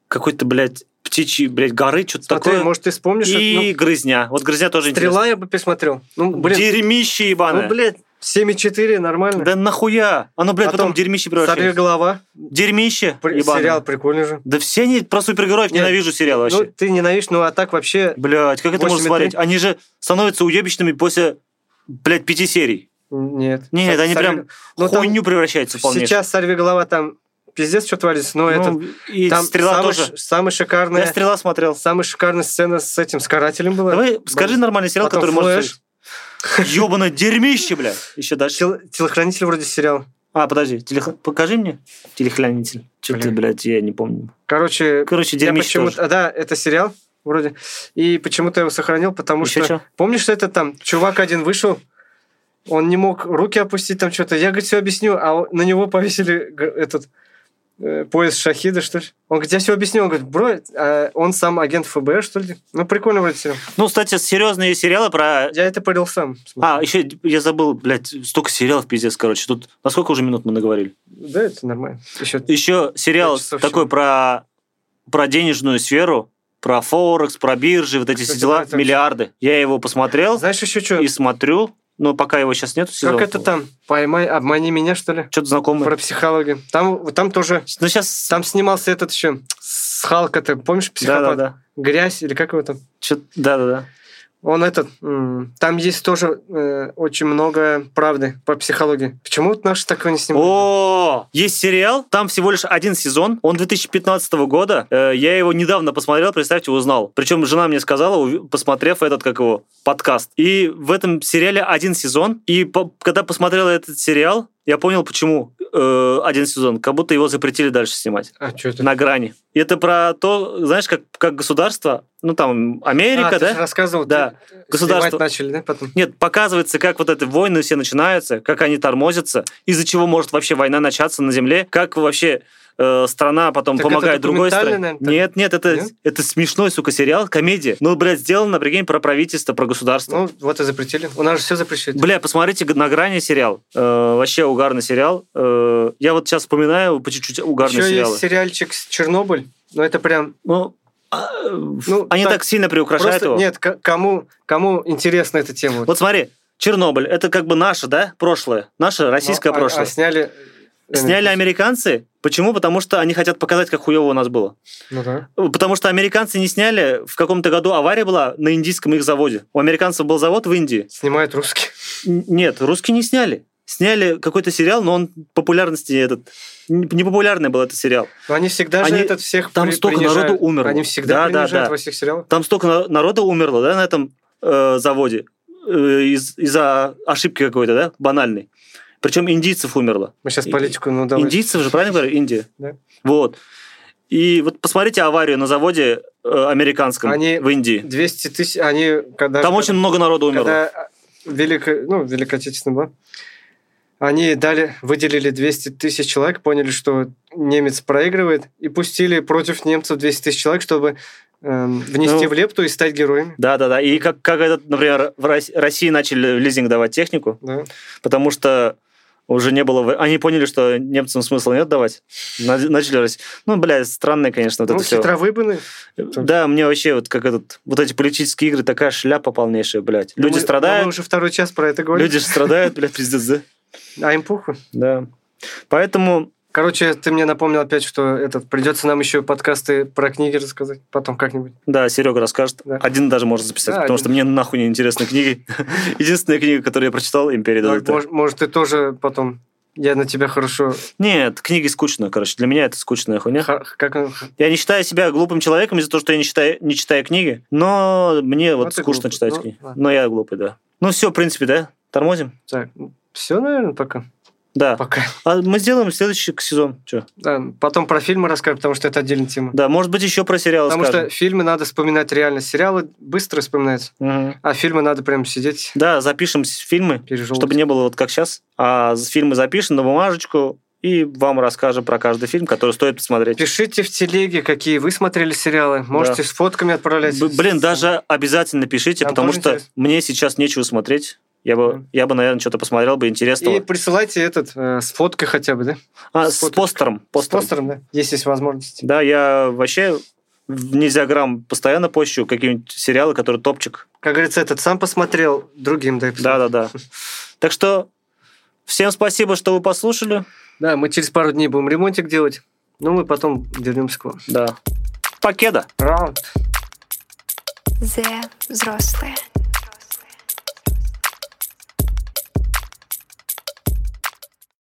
Speaker 2: Какой-то, блядь, птичий, блядь, горы, что-то
Speaker 3: Смотри,
Speaker 2: такое.
Speaker 3: может, ты вспомнишь?
Speaker 2: И Грызня. Вот Грызня тоже
Speaker 3: ну,
Speaker 2: интересно.
Speaker 3: Стрела я бы посмотрел. Ну, блин,
Speaker 2: Дерьмище ебаное.
Speaker 3: Ну, блядь, 7,4 нормально.
Speaker 2: Да нахуя? Оно, блядь, потом,
Speaker 3: Потом
Speaker 2: дерьмище
Speaker 3: Сорви
Speaker 2: превращается.
Speaker 3: голова.
Speaker 2: Дерьмище
Speaker 3: При-
Speaker 2: ебаное.
Speaker 3: Сериал прикольный же.
Speaker 2: Да все они про супергероев
Speaker 3: Нет,
Speaker 2: ненавижу сериалы
Speaker 3: Ну,
Speaker 2: вообще.
Speaker 3: ты ненавидишь, ну а так вообще...
Speaker 2: Блядь, как это можно
Speaker 3: 8,3?
Speaker 2: смотреть? Они же становятся уебищными после, блядь, пяти серий.
Speaker 3: Нет.
Speaker 2: Нет,
Speaker 3: Сор-
Speaker 2: они
Speaker 3: сорви-
Speaker 2: прям
Speaker 3: Ну, там
Speaker 2: Хуйню превращается вполне.
Speaker 3: Сейчас сорви голова там пиздец, что творится, но
Speaker 2: Ну,
Speaker 3: этот...
Speaker 2: и
Speaker 3: Там
Speaker 2: стрела
Speaker 3: самый,
Speaker 2: тоже.
Speaker 3: ш- самый шикарный...
Speaker 2: Я стрела смотрел.
Speaker 3: Самая шикарная сцена с этим, с карателем была.
Speaker 2: Давай, скажи нормальный сериал,
Speaker 3: Потом
Speaker 2: который
Speaker 3: «Флэш».
Speaker 2: может... Ёбаное дерьмище, бля. Еще дальше.
Speaker 3: Тел- телохранитель вроде сериал.
Speaker 2: А, подожди, телех- покажи мне. Телехранитель. Что ты,
Speaker 3: Блин.
Speaker 2: блядь, я не помню.
Speaker 3: Короче,
Speaker 2: Короче,
Speaker 3: я
Speaker 2: дерьмище
Speaker 3: почему-то...
Speaker 2: тоже.
Speaker 3: а, Да, это сериал вроде. И почему-то я его сохранил, потому
Speaker 2: Ещё
Speaker 3: что...
Speaker 2: чё?
Speaker 3: Помнишь, что это там чувак один вышел, он не мог руки опустить там что-то. Я, говорит, все объясню, а он- на него повесили г- этот э, пояс шахида, что ли. Он говорит, я все объясню. Он говорит, бро, а он сам агент ФБР, что ли? Ну, прикольно вроде сериал.
Speaker 2: Ну, кстати, серьезные сериалы про...
Speaker 3: Я это парил сам.
Speaker 2: А, еще я забыл, блядь, столько сериалов, пиздец, короче. Тут на сколько уже минут мы наговорили?
Speaker 3: Да, это нормально. Еще
Speaker 2: Еще сериал
Speaker 3: Пять часов
Speaker 2: такой
Speaker 3: всего.
Speaker 2: про, про денежную сферу, про Форекс, про биржи, вот эти все
Speaker 3: Кстати,
Speaker 2: дела,
Speaker 3: да, это
Speaker 2: миллиарды. Я его посмотрел
Speaker 3: Знаешь еще что?
Speaker 2: и смотрю, но пока его сейчас нету.
Speaker 3: Как это там? Поймай, обмани меня, что ли?
Speaker 2: Что-то знакомое.
Speaker 3: Про психологию. Там, там тоже...
Speaker 2: Ну, сейчас...
Speaker 3: Там снимался этот еще с Халка, ты помнишь, психопат?
Speaker 2: Да-да-да.
Speaker 3: Грязь или как его там?
Speaker 2: Чё- Да-да-да.
Speaker 3: Он этот... м, Там есть тоже э, очень много правды по психологии. Почему вот наши такого не снимают?
Speaker 2: О, есть сериал, там всего лишь один сезон, он 2015 года, Э, я его недавно посмотрел, представьте, узнал. Причем жена мне сказала, ув- посмотрев этот, как его, подкаст. И в этом сериале один сезон, и по- когда посмотрел этот сериал, я понял, почему э, один сезон, как будто его запретили дальше снимать.
Speaker 3: А что это?
Speaker 2: На грани. И это про то, знаешь, как, как государство, ну там Америка,
Speaker 3: а, ты
Speaker 2: да?
Speaker 3: же рассказывал,
Speaker 2: Да.
Speaker 3: ты- снимать
Speaker 2: Государство-
Speaker 3: начали, да, потом?
Speaker 2: Нет, показывается, как вот эти войны все начинаются, как они тормозятся, из-за чего может вообще война начаться на Земле, как вообще э, страна потом
Speaker 3: Так это
Speaker 2: помогает другой стране.
Speaker 3: документальный, наверное,
Speaker 2: нет, нет, это,
Speaker 3: Нет?
Speaker 2: это смешной, сука, сериал, комедия. Ну, блядь, сделано, прикинь, про правительство, про государство.
Speaker 3: Ну, вот и запретили. У нас же все запрещают.
Speaker 2: Бля, посмотрите «На грани» сериал. Э, вообще угарный сериал. Э, я вот сейчас вспоминаю по чуть-чуть угарные
Speaker 3: Еще
Speaker 2: сериалы.
Speaker 3: есть сериальчик с Чернобыль, но это прям
Speaker 2: Ну, а, э, они так,
Speaker 3: Ну, так
Speaker 2: сильно приукрашают
Speaker 3: просто...
Speaker 2: его.
Speaker 3: Нет, к- кому, кому интересна эта тема?
Speaker 2: Вот смотри, Чернобыль, это как бы наше, да, прошлое, наше российское
Speaker 3: Ну, а-
Speaker 2: прошлое.
Speaker 3: А сняли... э,
Speaker 2: Сняли американцы. Почему? Потому что они хотят показать, как хуево у нас было.
Speaker 3: Ну да.
Speaker 2: Потому что американцы не сняли. В каком-то году авария была на индийском их заводе. У американцев был завод в Индии.
Speaker 3: Снимают русские.
Speaker 2: Н- Нет, русские не сняли. Сняли какой-то сериал, но он популярности этот... н- Непопулярный был этот сериал.
Speaker 3: Но они всегда
Speaker 2: Они-
Speaker 3: же этот всех
Speaker 2: там
Speaker 3: при-
Speaker 2: столько народу
Speaker 3: принижают.
Speaker 2: умерло.
Speaker 3: Они всегда
Speaker 2: Да, да,
Speaker 3: принижают
Speaker 2: да.
Speaker 3: во всех сериалах.
Speaker 2: Там столько на- народа умерло, да, на этом э, заводе э, из- из-за ошибки какой-то, да, банальной. Причем индийцев умерло.
Speaker 3: Мы сейчас
Speaker 2: И-
Speaker 3: политику, ну давай.
Speaker 2: Индийцев же, правильно говорю? Индия.
Speaker 3: Да.
Speaker 2: Вот. И вот посмотрите аварию на заводе э, американском
Speaker 3: Они-
Speaker 2: в Индии.
Speaker 3: 200 тысяч, они когда...
Speaker 2: Там очень много народу умерло.
Speaker 3: Когда а, Велико- ну, Великая Отечественная была, они дали, выделили 200 тысяч человек, поняли, что немец проигрывает, и пустили против немцев 200 тысяч человек, чтобы эм, внести
Speaker 2: Ну,
Speaker 3: в лепту и стать героями.
Speaker 2: Да-да-да. И как, как этот, например, в Рос- России начали в лизинг давать технику,
Speaker 3: Да.
Speaker 2: потому что уже не было... в- Они поняли, что немцам смысла нет давать. На- Начали... Рос- Ну, бля, странное, конечно, вот
Speaker 3: ну,
Speaker 2: это все.
Speaker 3: хитровыборные.
Speaker 2: Да, мне вообще вот как этот... Вот эти политические игры, такая шляпа полнейшая, блядь. Люди
Speaker 3: Мы-
Speaker 2: страдают,
Speaker 3: Мы уже второй час про это говорим.
Speaker 2: люди же страдают, блядь, пиздец, да?
Speaker 3: А им похуй.
Speaker 2: Да. Поэтому...
Speaker 3: Короче, ты мне напомнил опять, что этот придется нам еще подкасты про книги рассказать потом как-нибудь.
Speaker 2: Да, Серега расскажет.
Speaker 3: Да.
Speaker 2: Один даже может записать,
Speaker 3: Да,
Speaker 2: потому
Speaker 3: один.
Speaker 2: что мне нахуй не интересны книги. Единственная книга, которую я прочитал, «Империя
Speaker 3: Мож-
Speaker 2: Доктора».
Speaker 3: Может, ты тоже потом. Я на тебя хорошо.
Speaker 2: Нет, книги скучно, короче. Для меня это скучная хуйня.
Speaker 3: ха- как он-
Speaker 2: Я не считаю себя глупым человеком из-за того, что я не читаю, не читаю книги, но мне
Speaker 3: Ну,
Speaker 2: вот
Speaker 3: ты
Speaker 2: скучно
Speaker 3: глупый.
Speaker 2: читать
Speaker 3: Ну,
Speaker 2: книги.
Speaker 3: ладно.
Speaker 2: Но я глупый, да. Ну все, в принципе, да? Тормозим?
Speaker 3: Так, все, наверное, пока.
Speaker 2: Да.
Speaker 3: Пока.
Speaker 2: А мы сделаем следующий сезон. Чё?
Speaker 3: Да, потом про фильмы расскажем, потому что это отдельная тема.
Speaker 2: Да, может быть, еще про сериалы
Speaker 3: потому
Speaker 2: скажем.
Speaker 3: что фильмы надо вспоминать реально. Сериалы быстро вспоминаются,
Speaker 2: Мгм.
Speaker 3: а фильмы надо прям сидеть,
Speaker 2: Да, запишем с- фильмы,
Speaker 3: пережевывать.
Speaker 2: чтобы не было вот как сейчас. А с- фильмы запишем на бумажечку, и вам расскажем про каждый фильм, который стоит посмотреть.
Speaker 3: Пишите в телеге, какие вы смотрели сериалы. Можете с фотками отправлять.
Speaker 2: Б- Блин, даже обязательно пишите,
Speaker 3: Нам
Speaker 2: потому
Speaker 3: тоже
Speaker 2: что
Speaker 3: интересно.
Speaker 2: мне сейчас нечего смотреть. Я бы,
Speaker 3: Да.
Speaker 2: я бы, наверное, что-то посмотрел бы интересного.
Speaker 3: И присылайте этот э, с фоткой хотя бы, да?
Speaker 2: а,
Speaker 3: с
Speaker 2: с
Speaker 3: фото-
Speaker 2: постером.
Speaker 3: С постером, да? Если есть возможность.
Speaker 2: Да, я вообще в Низиаграм постоянно пощу какие-нибудь сериалы, которые топчик.
Speaker 3: Как говорится, этот сам посмотрел, другим дай посмотреть.
Speaker 2: Да-да-да. Так что Всем спасибо, что вы послушали.
Speaker 3: Да, мы через пару дней будем ремонтик делать. Ну, мы потом вернемся к вам.
Speaker 2: Да. Покеда.
Speaker 3: Раунд.
Speaker 1: The взрослые.